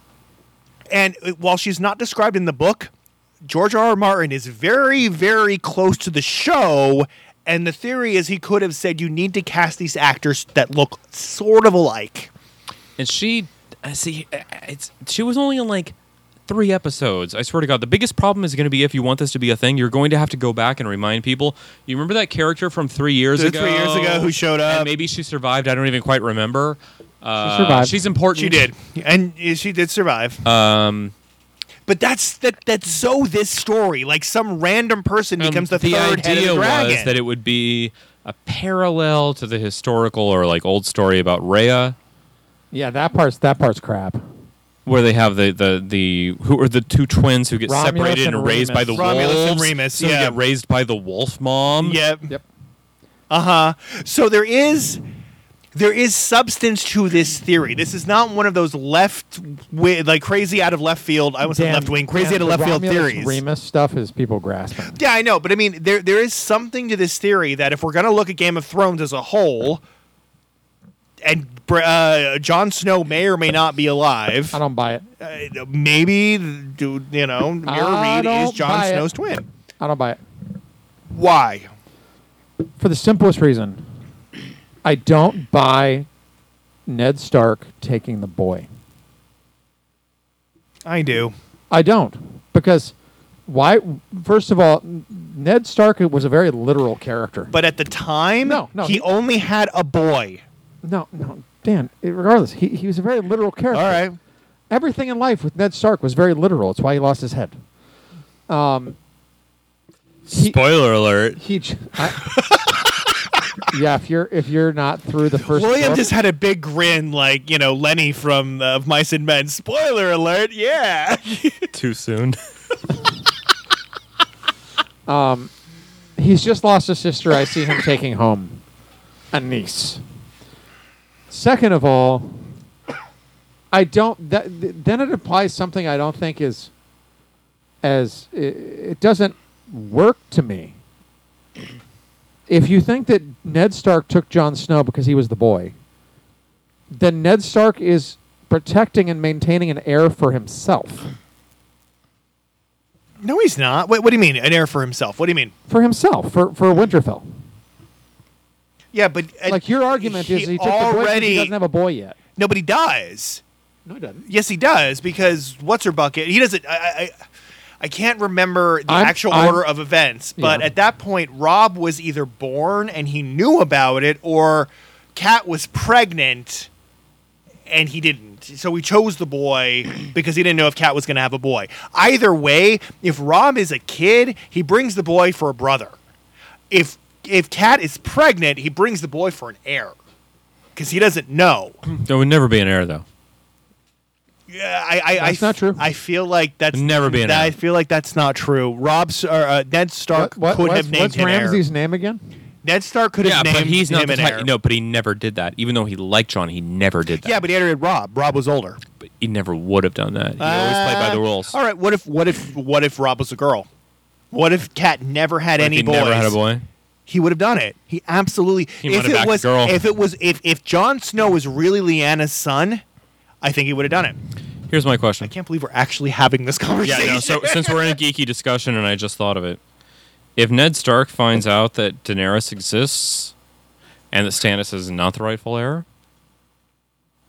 and uh, while she's not described in the book, George R. R. Martin is very very close to the show. And the theory is he could have said you need to cast these actors that look sort of alike.
And she, I see, I- I- it's she was only in like three episodes. I swear to God, the biggest problem is going to be if you want this to be a thing, you're going to have to go back and remind people. You remember that character from three years
The
ago?
three years ago who showed
And
up.
maybe she survived. I don't even quite remember. Uh,
survived.
She's important.
She did, and uh, she did survive.
Um,
but that's that. That's so this story. Like some random person
um,
becomes the, third
idea
head of the dragon.
was that it would be a parallel to the historical or like old story about Rhea,
Yeah, that part's that part's crap.
where they have the the the who are the two twins who get
Romulus
separated
and
and, raised by the
Remus.
Romulus and
wolves.
Remus,
so they
yeah.
get raised by the wolf mom.
yep.
Yep.
Uh huh. So there is. There is substance to this theory. This is not one of those left, wi- like crazy out of left field. I was
Dan-
left wing, crazy out
Dan,
of
the
left field
Romulus
theories.
Remus stuff is people grasping.
Yeah, I know, but I mean, there there is something to this theory that if we're gonna look at Game of Thrones as a whole, and uh, Jon Snow may or may not be alive,
I don't buy it.
uh, maybe do you know Mira
I
Reed is
don't
Jon
buy it.
Snow's twin?
I don't buy it.
Why?
for the simplest reason i don't buy ned stark taking the boy
I do.
I don't because why? First of all, N- Ned Stark was a very literal character.
But at the time,
No, no,
he
he-
only had a boy.
no, no, Dan. i- Regardless, he he was a very literal character.
All right.
Everything in life with Ned Stark was very literal. It's why he lost his head. He-
Spoiler alert.
He. j I- yeah, if you're if you're not through the first.
William
book-
just had a big grin, like you know Lenny from uh, of Mice and Men. Spoiler alert! Yeah,
Too soon.
He's just lost a sister. I see him taking home a niece. Second of all, I don't. That, th- then it implies something I don't think is as it, it doesn't work to me. If you think that Ned Stark took Jon Snow because he was the boy, then Ned Stark is protecting and maintaining an heir for himself.
no, he's not. Wait, what do you mean? An heir for himself? What do you mean?
For himself, for for Winterfell.
Yeah, but uh,
Like your argument is he took the boy because
already
he doesn't have a boy yet.
nobody dies.
No, he doesn't.
Yes, he does because what's her bucket? He doesn't. I, I, I can't remember the
I'm-
actual
I'm-
order of events, but
Yeah.
at that point, Rob was either born and he knew about it, or Kat was pregnant and he didn't. So he chose the boy because he didn't know if Kat was going to have a boy. Either way, if Rob is a kid, he brings the boy for a brother. If if Kat is pregnant, he brings the boy for an heir because he doesn't know.
There would never be an heir, though.
Yeah, I, I, I
That's not
f-
true.
I feel like that's
Never been an
that- I
heir.
feel like that's not true. Rob S- or uh, Ned Stark could
what's,
have named
what's
him heir.
Ramsay's name again?
Ned Stark could
Yeah,
have named
but he's not
him
the
an
type.
heir.
No, but he never did that. Even though he liked John, he never did that.
Yeah, but he had Rob. Rob was older.
But he never would have done that. He always played by the
Uh,
rules.
All right. What if what if what if Rob was a girl? What if Kat never had
If
any
he
boys?
never had a boy.
He would have done it. He absolutely.
He might
if
have backed
it
the
was
girl.
if it was if if Jon Snow was really Lyanna's son, I think he would have done it.
Here's my question.
I can't believe we're actually having this
Yeah,
conversation.
no. So since we're in a geeky discussion, and I just thought of it, if Ned Stark finds out that Daenerys exists and that Stannis is not the rightful heir,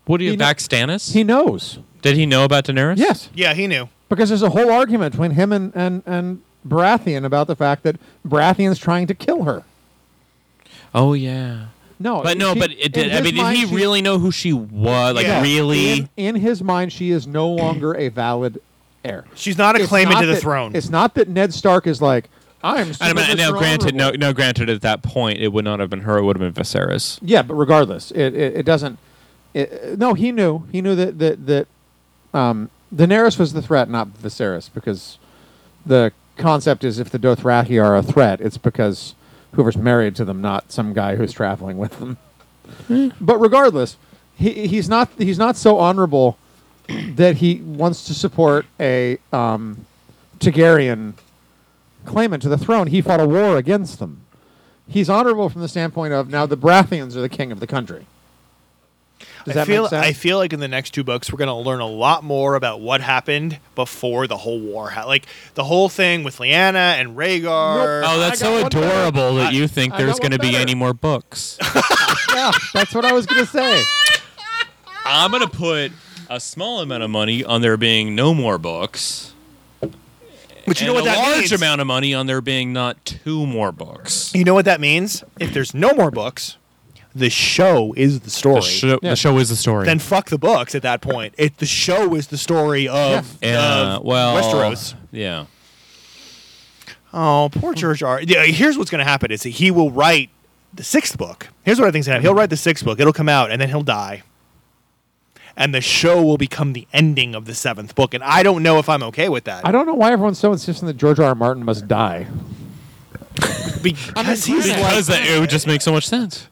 would he,
He
have
kno-
back Stannis?
He knows.
Did he know about Daenerys?
Yes,
yeah, he knew.
because there's a whole argument between him and, and, and Baratheon about the fact that Baratheon's trying to kill her.
Oh yeah.
No,
But no,
she-
but it
in
did. I
his
mean, did
mind,
he
she-
really know who she was? Like
Yeah.
really?
In, in his mind, she is no longer a valid heir.
She's not a
It's
claimant
not
to the
that-
throne.
It's not that Ned Stark is like I'm.
I
super
mean, now,
Mr.
granted, no,
Honorable."
no, granted, at that point, it would not have been her; it would have been Viserys.
Yeah, but regardless, it it, it doesn't. It, no, he knew. He knew that that that um, Daenerys was the threat, not Viserys, because the concept is if the Dothraki are a threat, it's because whoever's married to them, not some guy who's traveling with them. but regardless, he he's not he's not so honorable that he wants to support a um, Targaryen claimant to the throne. He fought a war against them. He's honorable from the standpoint of now the Baratheons are the king of the country. Does
I
that
feel
make sense?
I feel like in the next two books we're going to learn a lot more about what happened before the whole war. ha- Like the whole thing with Lyanna and Rhaegar.
Oh, that's
I
so
got one better.
adorable that you think
I
there's
got one
going to be
better.
any more books.
yeah, that's what I was gonna say.
I'm gonna put a small amount of money on there being no more books.
but you know
and
what
a
that
large
means?
amount of money on there being not two more books.
You know what that means? If there's no more books, the show is the story.
The show,
Yeah.
the show is the story.
then fuck the books at that point. It the show is the story of,
and, uh,
of
well,
Westeros.
Yeah.
Oh, poor George R. Yeah, here's what's going to happen: is that he will write the sixth book. Here's what I think's going to happen: he'll write the sixth book, it'll come out, and then he'll die, and the show will become the ending of the seventh book. And I don't know if I'm okay with that
I don't know why everyone's so insistent that George R. R. Martin must die.
because he's like,
Because that, it would just make so much sense.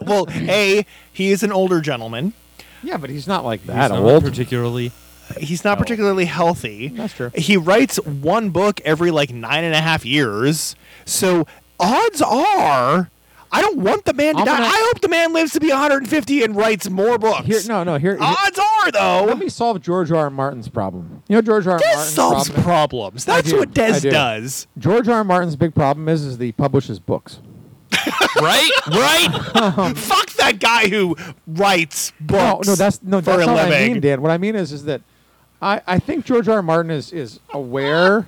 well, a he is an older gentleman.
Yeah, but he's not like that
Not
old.
particularly.
He's not particularly healthy.
That's true.
He writes one book every like nine and a half years. So odds are, I don't want the man to die.
Almanac-
I hope the man lives to be 150 and writes more books.
Here, no, no. Here, here-
Odds are, though,
let me solve George R. R. Martin's problem. You know George R. R.
Des
Martin's
solves
problem.
problems. That's
do.
what
I
Des
do.
does.
George R. R. Martin's big problem is is that he publishes books.
right? Right?
Fuck that guy who writes
No,
books.
Um, no, that's no.
for
That's
a
not what I
living.
mean, Dan. What I mean is is that I, I think George R. R. Martin is, is aware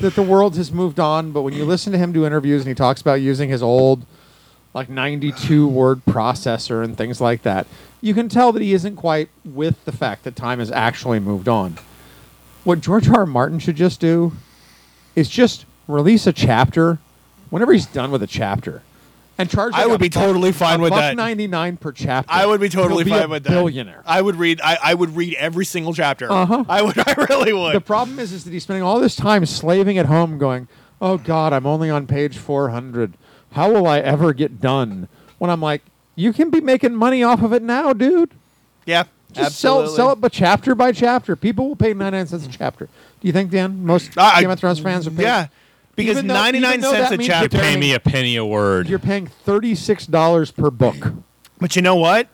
that the world has moved on, but when you listen to him do interviews and he talks about using his old like 92 word processor and things like that, you can tell that he isn't quite with the fact that time has actually moved on. What George R. R. Martin should just do is just release a chapter whenever he's done with a chapter and charge
I
like,
would
a
be
buck-
totally fine
a
with
buck
that.
99 per chapter.
I would be totally
He'll
fine
a
with that.
billionaire.
I would read. I, I would read every single chapter. Uh-huh. I would. I really would.
The problem is, is that he's spending all this time slaving at home, going, "Oh God, I'm only on page 400. How will I ever get done?" When I'm like, "You can be making money off of it now, dude.
yeah.
Just
absolutely.
sell sell it, but chapter by chapter. People will pay 99 cents a chapter. Do you think, Dan? Most
I-
Game of Thrones fans are paying.
Yeah. Because
Even though- even
99
though
cents
that
a
means you're
chapter.
Pay
paying-
me a penny a word.
You're paying thirty-six dollars per book.
But you know what?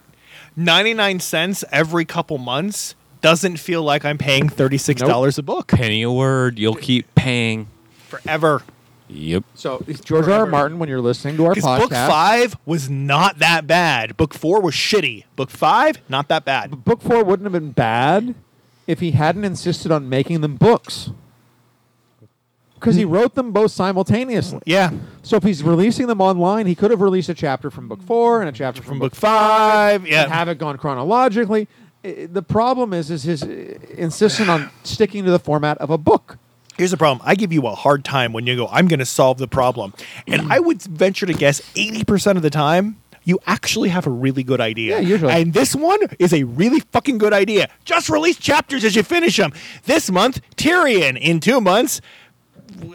99 cents every couple months doesn't feel like I'm paying $36 a book
penny a word. You'll keep paying.
forever.
Yep.
So George R. R. Martin, when you're listening to our
Because
podcast,
book five was not that bad. Book four was shitty. Book five, not that bad.
book four wouldn't have been bad if he hadn't insisted on making them books because he wrote them both simultaneously
Yeah.
so if he's releasing them online he could have released a chapter from book four and a chapter from,
From book five.
and
Yeah.
have it gone chronologically I- the problem is is his uh, insistence on sticking to the format of a book
Here's the problem I give you a hard time when you go, I'm going to solve the problem. And I would venture to guess 80% of the time, you actually have a really good idea.
Yeah, usually.
And this one is a really fucking good idea. Just release chapters as you finish them. This month, Tyrion. In two months,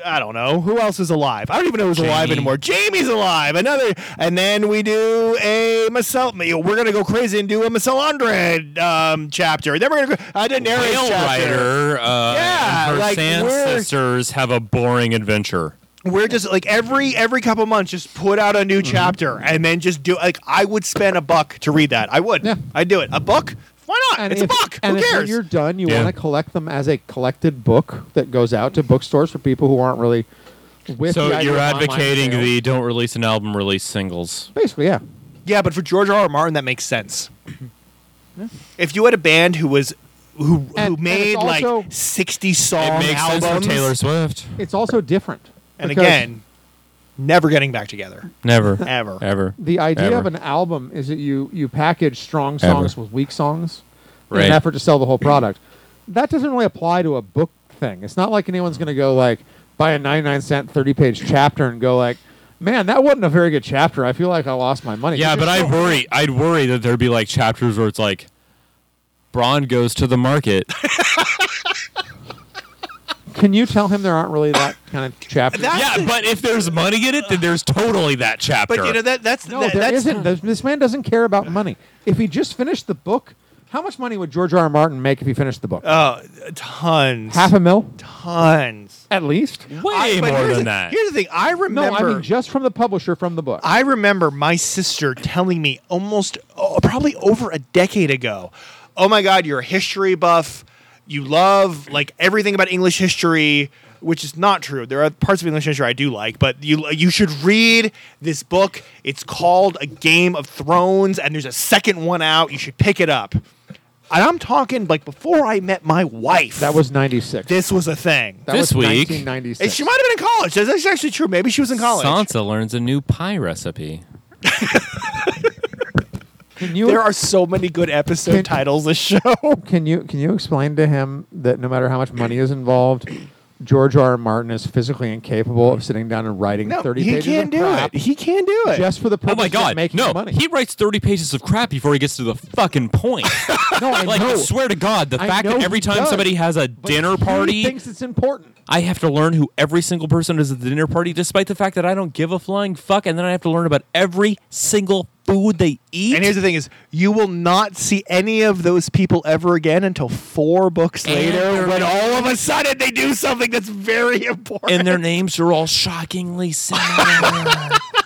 I don't know who else is alive. I don't even know who's alive
Jamie.
anymore. Jamie's alive. Another, and then we do a Masel. We're gonna go crazy and do a Macelandred um, chapter. Then we're gonna go a Daenerys
Whale
chapter.
Rider uh,
Yeah,
and her
like,
sand
we're-
sisters have a boring adventure.
We're just like every every couple months, just put out a new
Mm-hmm.
chapter and then just do like I would spend a buck to read that. I would.
Yeah.
I'd do it. A buck? Why not? it's
if-
a buck.
and
Who
if
cares?
When you're done, you
Yeah.
want to collect them as a collected book that goes out to bookstores for people who aren't really with.
So
the idea
you're
of online
advocating
sales.
the don't release an album, release singles.
basically, yeah.
Yeah, but for George R. R. Martin, that makes sense. If you had a band who was who
And-
who
and
made
it's also-
like sixty song
it makes
albums,
sense for Taylor Swift.
It's also different.
and
because
again, never getting back together
Never.
ever.
Ever.
the idea
Ever.
of an album is that you you package strong
Ever.
songs with weak songs in
Right.
an effort to sell the whole product. That doesn't really apply to a book thing. It's not like anyone's going to go like buy a 99 cent 30 page chapter and go like, "Man, that wasn't a very good chapter. I feel like I lost my money."
Yeah,
You're
but I
still-
worry. I'd worry that there'd be like chapters where it's like, Braun goes to the market.
Can you tell him there aren't really that kind of chapters?
That-
yeah, but if there's money in it, then there's totally that chapter.
But you know that that's
no,
that,
there
that's
not This man doesn't care about money. If he just finished the book, how much money would George R. R. Martin make if he finished the book?
uh, tons,
Oh, Half a mil,
tons.
at least.
way
I- but
more
here's
than
the-
that.
Here's the thing. I
No,
remember.
I mean just from the publisher from the book.
I remember my sister telling me almost oh, probably over a decade ago, "Oh my god, you're a history buff. You love like everything about English history." Which is not true. There are parts of English history I do like, but you you should read this book. It's called A Game of Thrones, and there's a second one out. You should pick it up. And I'm talking like before I met my wife.
that was '96.
this was a thing.
that
This
was
week-
1996.
And she might have been in college. That's that's actually true. Maybe she was in college.
Sansa learns a new pie recipe.
Can you
There are so many good episode
Can-
titles this show.
can you can you explain to him that no matter how much money is involved, George R. R. Martin is physically incapable of sitting down and writing 30
he
pages
can't
of
do
crap
it. He can't do it.
just for the purpose
Oh my
of
god!
making
No,
money.
he writes thirty pages of crap before he gets to the fucking point.
no, I
like, I
know.
swear to God, the
I
fact
know
that every
he
time
does,
somebody has a
but
dinner
he
party,
thinks it's important.
I have to learn who every single person is at the dinner party, despite the fact that I don't give a flying fuck, and then I have to learn about every single food they eat.
and here's the thing: is you will not see any of those people ever again until four books
And
later,
they're-
when all of a sudden they do something that's very important.
and their names are all shockingly similar.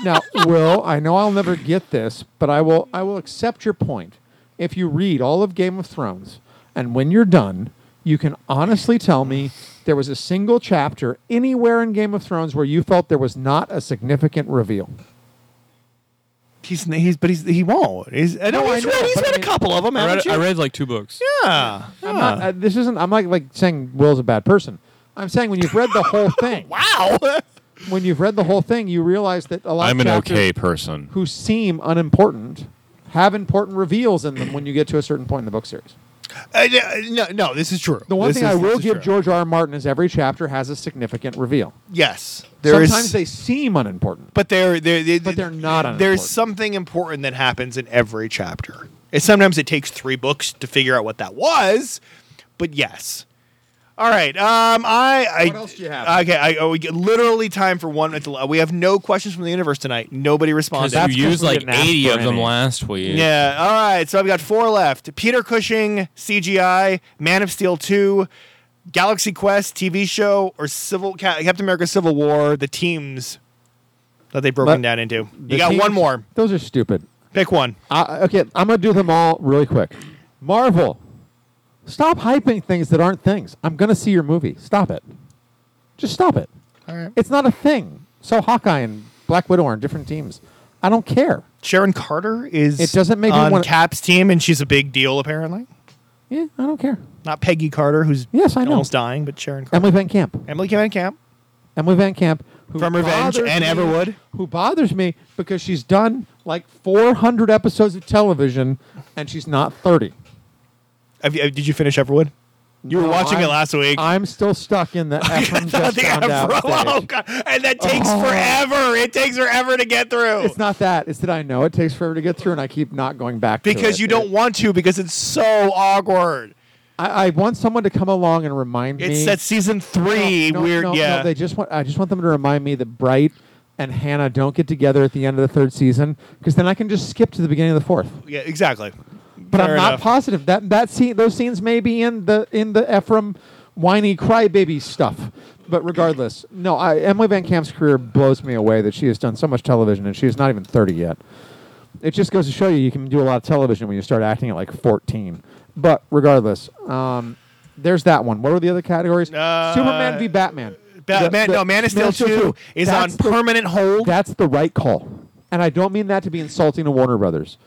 now, Will, I know I'll never get this, but I will I will accept your point. If you read all of Game of Thrones and when you're done, you can honestly tell me there was a single chapter anywhere in Game of Thrones where you felt there was not a significant reveal.
He's he's but he's he won't. He's I know
No, I
he's
know,
read, he's
but
read
I
a
mean-
couple of them.
I
haven't
read,
you?
I read like two books.
yeah.
I'm not, uh, this isn't. I'm not like saying Will's a bad person. I'm saying when you've read the whole thing,
Wow.
when you've read the whole thing, you realize that a lot.
I'm
of
an
chapters
okay person.
Who seem unimportant have important reveals in them when you get to a certain point in the book series.
Uh, no, no, this is true.
The one
This
thing
is-
I
this
will
is
give
true.
George R. R. Martin is every chapter has a significant reveal.
Yes, there is.
Sometimes they seem unimportant.
but they're they're they,
But they're not
There's
unimportant.
something important that happens in every chapter. It sometimes it takes three books to figure out what that was, but yes. All right. Um. I. I
What else do you have?
Okay. I. Oh, we get literally time for one. At the, we have no questions from the universe tonight. Nobody responded.
Because you used
we
like
didn't ask
80
for
of them
any.
last week.
Yeah. All right. So I've got four left: Peter Cushing, CGI, Man of Steel two, Galaxy Quest TV show, or Civil Ca- Captain America: Civil War. The teams that they've broken
But
down into. You
The
got
teams-
one more.
Those are stupid.
Pick one.
I okay, I'm gonna do them all really quick. Marvel, stop hyping things that aren't things. I'm gonna see your movie. Stop it. Just stop it. All right. It's not a thing. So Hawkeye and Black Widow are in different teams. I don't care.
Sharon Carter is.
It doesn't make me
on
wanna-
Cap's team, and she's a big deal apparently.
Yeah, I don't care.
Not Peggy Carter, who's
Yes, I know.
almost dying, but Sharon Carter.
Emily Van Camp.
Emily Van Camp.
Emily Van Camp. Who
From Revenge
bothers
and
me-
Everwood.
Who bothers me because she's done like 400 episodes of television and she's not 30.
Have you, uh, did you finish Everwood? You were
No,
watching it
I'm-
last week.
I'm still stuck in the Ephraim
Not
just
the
found out
Afro. Oh,
stage. Oh.
God. And that takes forever. It takes forever to get through.
It's not that. It's that I know it takes forever to get through, and I keep not going back to
because
it.
you don't
It-
want to because it's so awkward.
I, I want someone to come along and remind me.
It's that season three
No, no,
weird.
no, no,
yeah,
they just want. I just want them to remind me that Bright and Hannah don't get together at the end of the third season, because then I can just skip to the beginning of the fourth.
yeah, exactly.
But
Fair
I'm not
enough.
positive that that scene, those scenes may be in the in the Ephraim whiny crybaby stuff. But regardless, no, I, Emily Van Camp's career blows me away that she has done so much television and she is not even 30 yet. It just goes to show you you can do a lot of television when you start acting at like 14. But regardless, um, there's that one. What are the other categories?
Uh,
Superman v Batman. The-
Batman,
the-
no, Man of Steel two is on
That's the-
permanent hold.
that's the right call. And I don't mean that to be insulting to Warner Brothers.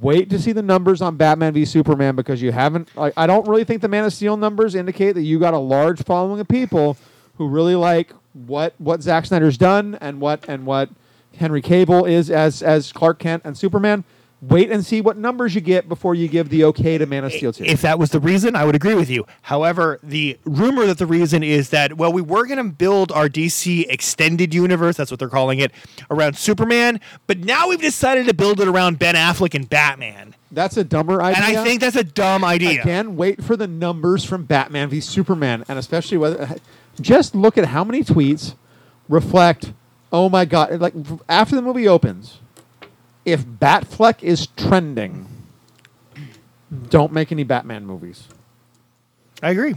Wait to see the numbers on Batman v Superman because you haven't. Like, I don't really think the Man of Steel numbers indicate that you got a large following of people who really like what what Zack Snyder's done and what and what Henry Cable is as as Clark Kent and Superman. Wait and see what numbers you get before you give the okay to Man of Steel two.
If that was the reason, I would agree with you. However, the rumor that the reason is that well, we were going to build our DC extended universe. That's what they're calling it around Superman, but now we've decided to build it around Ben Affleck and Batman.
That's a dumber idea.
And I think that's a dumb idea.
Again, wait for the numbers from Batman v Superman, and especially whether just look at how many tweets reflect. Oh my god! Like after the movie opens, if Batfleck is trending, don't make any Batman movies.
I agree.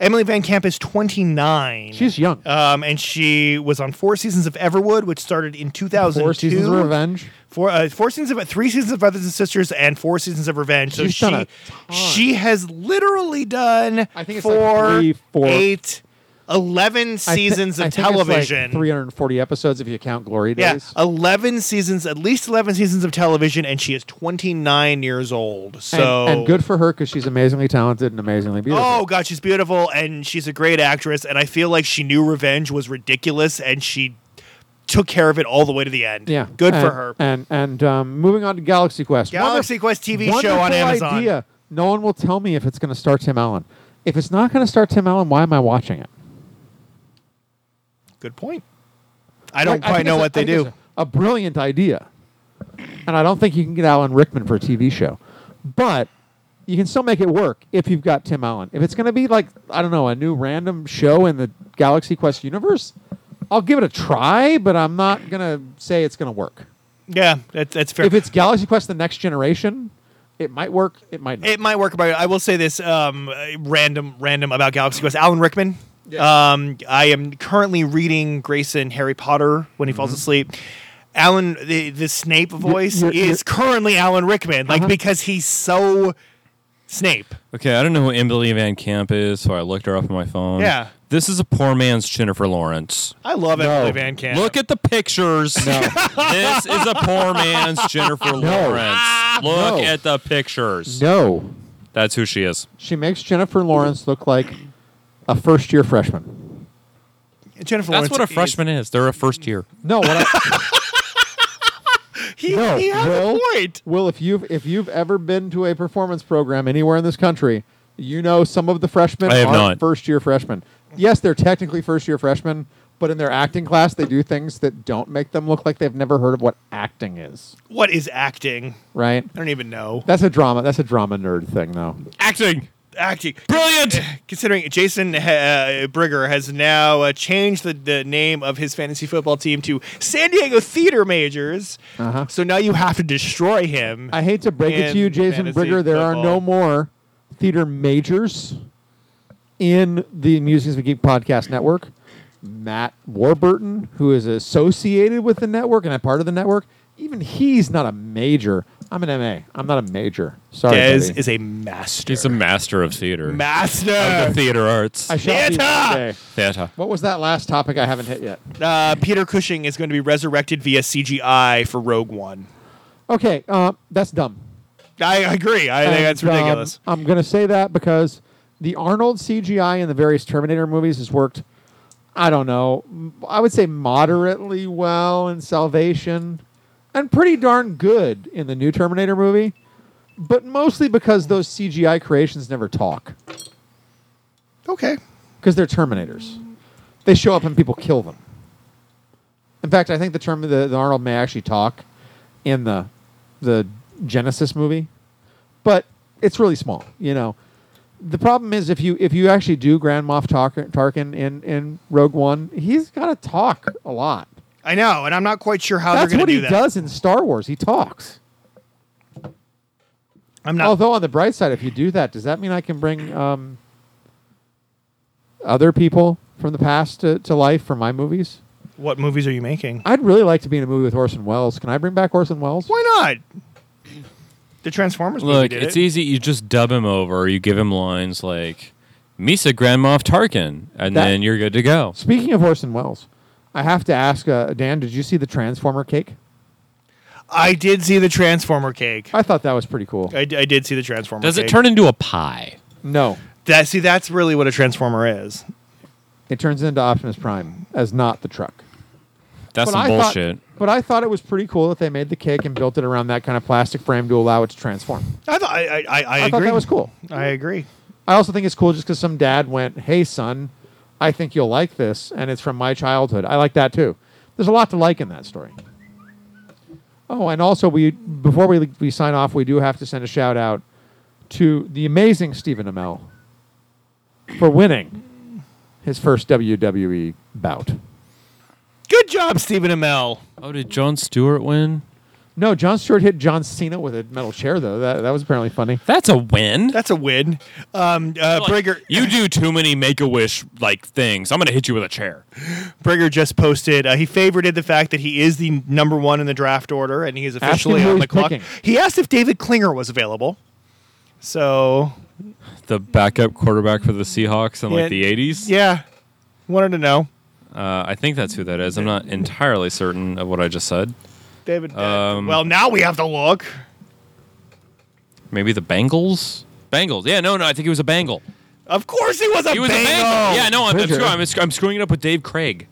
Emily Van Camp is 29.
She's young.
Um, and she was on four seasons of Everwood, which started in 2002.
Four seasons of Revenge.
Four, uh, four seasons of three seasons of Brothers and Sisters, and four seasons of Revenge.
She's
so
done
she
a ton.
she has literally done
I think it's like
four,
three, four-
eight, 11
I thi-
seasons
I
of
think it's like
television.
340 episodes if you count Glory
yeah, Oh,
Days.
11 seasons, at least 11 seasons of television, and she is 29 years old.
And-
So
and, good for her because she's amazingly talented and amazingly beautiful.
Oh god, she's beautiful and she's a great actress and I feel like she knew revenge was ridiculous and she took care of it all the way to the end.
Yeah, Uh,
Good
and,
for her.
And and um, moving on to Galaxy Quest.
Galaxy
Wonderf-
Quest TV show on
wonderful
Amazon.
Idea. No one will tell me if it's going to star Tim Allen. If it's not going to star Tim Allen, why am I watching it?
Good point. I don't
Like,
quite
think
know
it's a-
what
I
they
think
do.
it's A, a brilliant idea, and I don't think you can get Alan Rickman for a TV show, but you can still make it work if you've got Tim Allen. If it's going to be like I don't know a new random show in the Galaxy Quest universe, I'll give it a try, but I'm not going to say it's going to work.
Yeah, that, that's fair.
If it's Galaxy Quest: The Next Generation, it might work. It might not.
it might work about I will say this um, uh, random random about Galaxy Quest. Alan Rickman. Um, I am currently reading Grayson Harry Potter when he falls asleep. Alan the, the Snape voice
Mm-hmm. you're- Uh-huh.
is
you're-
currently Alan Rickman, like because he's so Snape.
Okay, I don't know who Emily Van Camp is, so I looked her up on my phone.
Yeah.
This is a poor man's Jennifer Lawrence.
I love
No.
Emily Van Camp.
Look at the pictures. this is a poor man's Jennifer
Ah.
Lawrence. Look
No.
at the pictures.
No,
That's who she is.
she makes Jennifer Lawrence look like a first-year freshman.
Jennifer Lawrence.
That's what a
is-
freshman is. They're a first year.
No, what I,
He,
no,
he has
Will,
a point.
Will, if you've if you've ever been to a performance program anywhere in this country, you know some of the freshmen
I have
aren't
not.
first-year freshmen. Yes, they're technically first-year freshmen, but in their acting class, they do things that don't make them look like they've never heard of what acting is.
What is acting?
Right?
I don't even know.
That's a drama. That's a drama nerd thing, though.
Acting.
Acting. Eh,
Brilliant.
Considering Jason uh, Brigger has now uh, changed the, the name of his fantasy football team to San Diego Theater Majors,
Uh-huh.
so now you have to destroy him.
I hate to break it
in
to you, Jason
fantasy
Brigger. There are
football.
no more theater majors in the Musings of Geek podcast network. Matt Warburton, who is associated with the network and a part of the network, even he's not a major. I'm an MA. I'm not a major. Sorry,
Dez
buddy.
is a master.
He's a master of theater.
master.
of the theater arts.
I shall be
Theater!
one day.
theater.
What was that last topic I haven't hit yet?
uh, Peter Cushing is going to be resurrected via CGI for Rogue One.
Okay, uh, that's dumb.
I agree. I think
And,
that's ridiculous.
um, I'm going to say that because the Arnold CGI in the various Terminator movies has worked, I don't know, m- I would say moderately well in Salvation and pretty darn good in the new Terminator movie, but mostly because those CGI creations never talk
okay.
because they're Terminators. They show up and people kill them. In fact, I think the term the, the Arnold may actually talk in the the Genesis movie, but it's really small. You know, the problem is if you if you actually do Grand Moff Tark- Tarkin in in Rogue One, he's got to talk a lot.
I know, and I'm not quite sure how
That's
Oh, they're going
what
to
he
do that.
does in Star Wars. He talks.
I'm not.
Although on the bright side, if you do that, does that mean I can bring um, other people from the past to, to life for my movies?
what movies are you making?
I'd really like to be in a movie with Orson Welles. Can I bring back Orson Welles?
Why not? The Transformers movie
Look,
did
it's e-
it.
easy. You just dub him over. You give him lines like "Misa Grand Moff Tarkin," and
That-
then you're good to go.
Speaking of Orson Welles, I have to ask uh, Dan, did you see the Transformer cake?
I did see the Transformer cake.
I thought that was pretty cool.
I, d- I did see the Transformer.
Does it
cake.
turn into a pie?
No,
That see, that's really what a Transformer is.
it turns into Optimus Prime as not the truck.
That's some
I
bullshit.
Thought, but I thought it was pretty cool that they made the cake and built it around that kind of plastic frame to allow it to transform.
I thought I I, I, I,
I, thought
agree.
that was cool.
I agree.
I also think it's cool just because some dad went, "Hey, son, I think you'll like this," and it's from my childhood. I like that too. There's a lot to like in that story. Oh, and also we before we we sign off, we do have to send a shout out to the amazing Stephen Amell for winning his first WWE bout.
Good job, Stephen Amell.
oh, did John Stewart win?
No, John Stewart hit John Cena with a metal chair though. That that was apparently funny.
That's a win.
That's a win. Um, uh, Brigger
you do too many make a wish like things. I'm gonna hit you with a chair.
Brigger just posted. Uh, he favorited the fact that he is the number one in the draft order, and he is
him
officially
who
on
he's
the clock.
picking.
He asked if David Klinger was available. So
The backup quarterback for the Seahawks in
Yeah.
like the '80s.
yeah, wanted to know
Uh, I think that's who that is. I'm not entirely certain of what I just said.
David. uh,
Um,
well, now we have to look.
Maybe the Bengals. Bengals. Yeah, no, no. I think he was a Bengal.
Of course, he was a
He was a
Bengal.
Bengal. Yeah, no, I'm, I'm,
Bridger.
screw- I'm, I'm screwing it up with Dave Craig.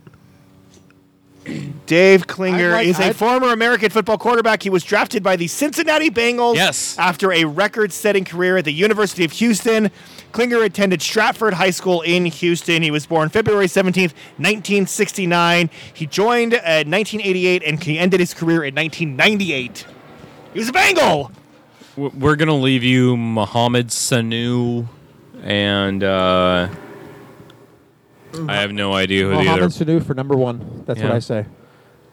Dave Klinger
I'd like-
is a
I'd-
former American football quarterback. He was drafted by the Cincinnati Bengals
Yes.
after a record setting career at the University of Houston. Klinger attended Stratford High School in Houston. He was born February 17th, 1969. He joined uh, 1988 and he ended his career in 1998. He was a Bengal.
W- We're gonna leave you Mohammed Sanu, and uh, I have no idea who the other.
Mohamed Sanu for number one. That's what
Yeah.
I say.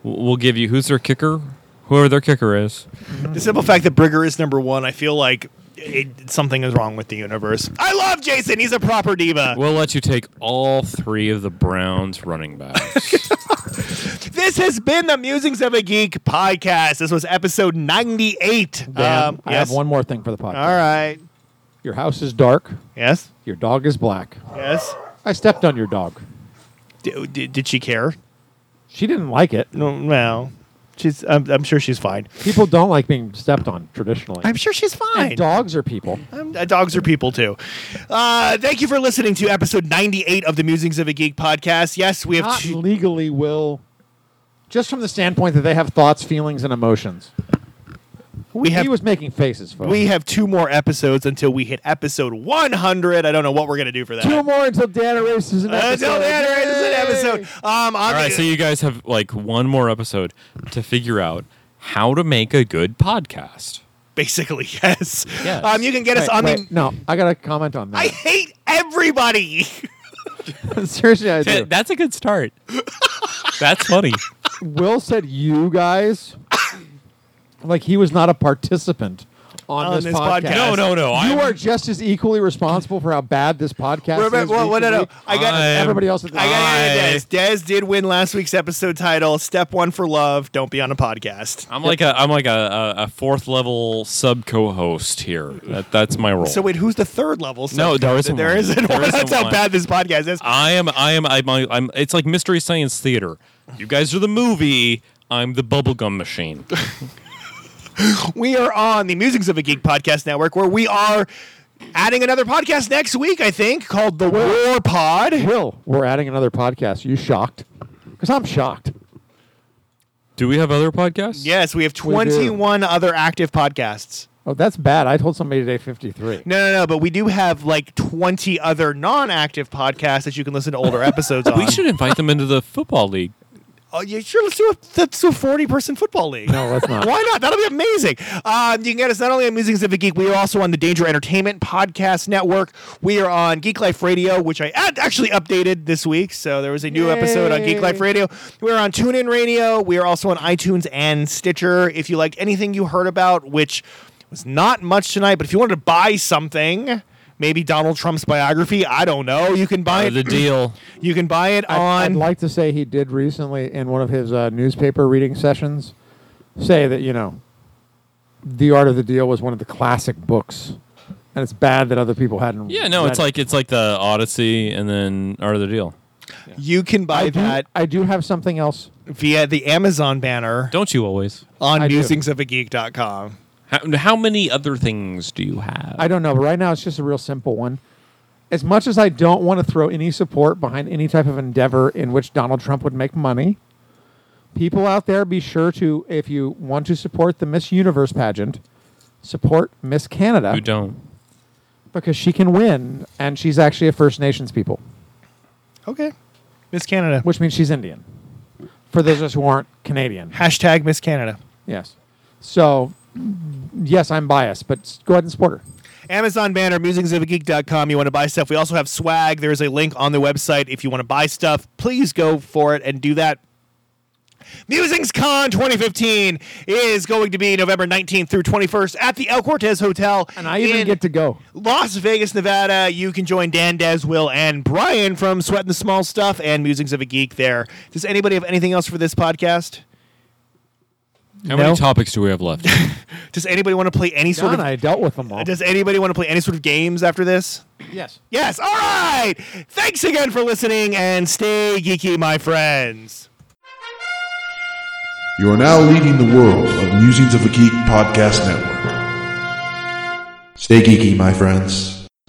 W- We'll give you who's their kicker, whoever their kicker is.
The simple fact that Brigger is number one, I feel like it, something is wrong with the universe. I love Jason. He's a proper diva.
We'll let you take all three of the Browns running backs.
This has been the Musings of a Geek podcast. This was episode 98.
Dan, I
Um, yes.
have one more thing for the podcast.
All right.
Your house is dark.
Yes.
Your dog is black.
Yes.
I stepped on your dog.
D- did, did she care?
She didn't like it.
No, no. She's. I'm, I'm sure she's fine.
People don't like being stepped on traditionally.
I'm sure she's fine.
And dogs are people.
Um, uh, dogs are people too. Uh, thank you for listening to episode 98 of the Musings of a Geek podcast. Yes, we have
Not
two.
legally will. Just from the standpoint that they have thoughts, feelings, and emotions.
We have
he was making faces, folks.
we have two more episodes until we hit episode 100. I don't know what we're gonna do for that.
two more until Dan erases an episode.
until then, there is an
Yay!
episode. Um,
All right, so you guys have like one more episode to figure out how to make a good podcast.
basically yes.
Yes.
Um, you can get us
Wait,
on
wait,
the.
no, I gotta comment on
I
that.
hate everybody.
Seriously, I do.
That's a good start. That's funny.
Will said you guys, like he was not a participant on,
On
this,
this
podcast.
podcast.
No, no, no.
You
I'm-
are just as equally responsible for how bad this podcast is.
Remember, well,
week
no,
to
no.
week.
I got.
I-
everybody else at the
I
I-
got Des. Des did win last week's episode title. Step one for love. Don't be on a podcast.
I'm like a I'm like a, a, a fourth level sub co-host here. That, that's my role.
So wait, who's the third level?
No, there isn't
There
one.
isn't
There
one.
isn't
That's how
one. Oh.
bad this podcast is.
I am I am I'm, I'm it's like mystery science theater. You guys are the movie. I'm the bubblegum machine.
We are on the Musings of a Geek podcast network, where we are adding another podcast next week. I think called the War Pod.
Will, we're adding another podcast. You shocked? Because I'm shocked.
Do we have other podcasts?
Yes, we have
do.
21 other active podcasts.
Oh, that's bad. I told somebody today 53.
No, no, no, but we do have like 20 other non-active podcasts that you can listen to older episodes on.
We should invite them into the football league.
Oh, yeah, sure. Let's do a let's do a forty person football league.
No, let's not.
Why not? That'll be amazing. Um, you can get us not only on Musings of a Geek, we are also on the Danger Entertainment Podcast Network. We are on Geek Life Radio, which I ad- actually updated this week. So there was a new episode on Geek Life Radio. We're on TuneIn Radio. We are also on iTunes and Stitcher. If you liked anything you heard about, which was not much tonight, but if you wanted to buy something, maybe Donald Trump's biography, I don't know, you can buy
Uh,
it.
the deal.
you can buy it
I-
on.
I'd like to say he did recently in one of his uh, newspaper reading sessions say that, you know, The Art of the Deal was one of the classic books. And it's bad that other people hadn't.
Yeah, no,
read
it's
it.
like it's like the Odyssey and then Art of the Deal.
you can buy
I do,
that.
I do have something else.
via the Amazon banner
Don't you always?
on
I do.
musingsofageek.com.
How, how many other things do you have?
I don't know, but right now it's just a real simple one. As much as I don't want to throw any support behind any type of endeavor in which Donald Trump would make money, people out there be sure to, if you want to support the Miss Universe pageant, support Miss Canada.
You don't.
because she can win, and she's actually a First Nations people,
Okay. Miss Canada.
which means she's Indian. For those of us who aren't Canadian,
Hashtag Miss Canada.
yes. So, yes, I'm biased, but s- go ahead and support her.
Amazon banner, musingsofageek.com. You want to buy stuff. We also have swag. There's a link on the website. If you want to buy stuff, please go for it and do that. MusingsCon 2015 is going to be November 19th through 21st at the El Cortez Hotel.
And I even
in
get to go.
Las Vegas, Nevada. You can join Dan, Des, Will, and Brian from Sweating the Small Stuff and Musings of a Geek there. Does anybody have anything else for this podcast?
How
No.
many topics do we have left?
Does anybody want to play any sort
John,
of?
I dealt with them all.
Does anybody want to play any sort of games after this?
yes.
Yes. All right. Thanks again for listening, and stay geeky, my friends.
You are now leading the world of Musings of a Geek podcast network. Stay geeky, my friends.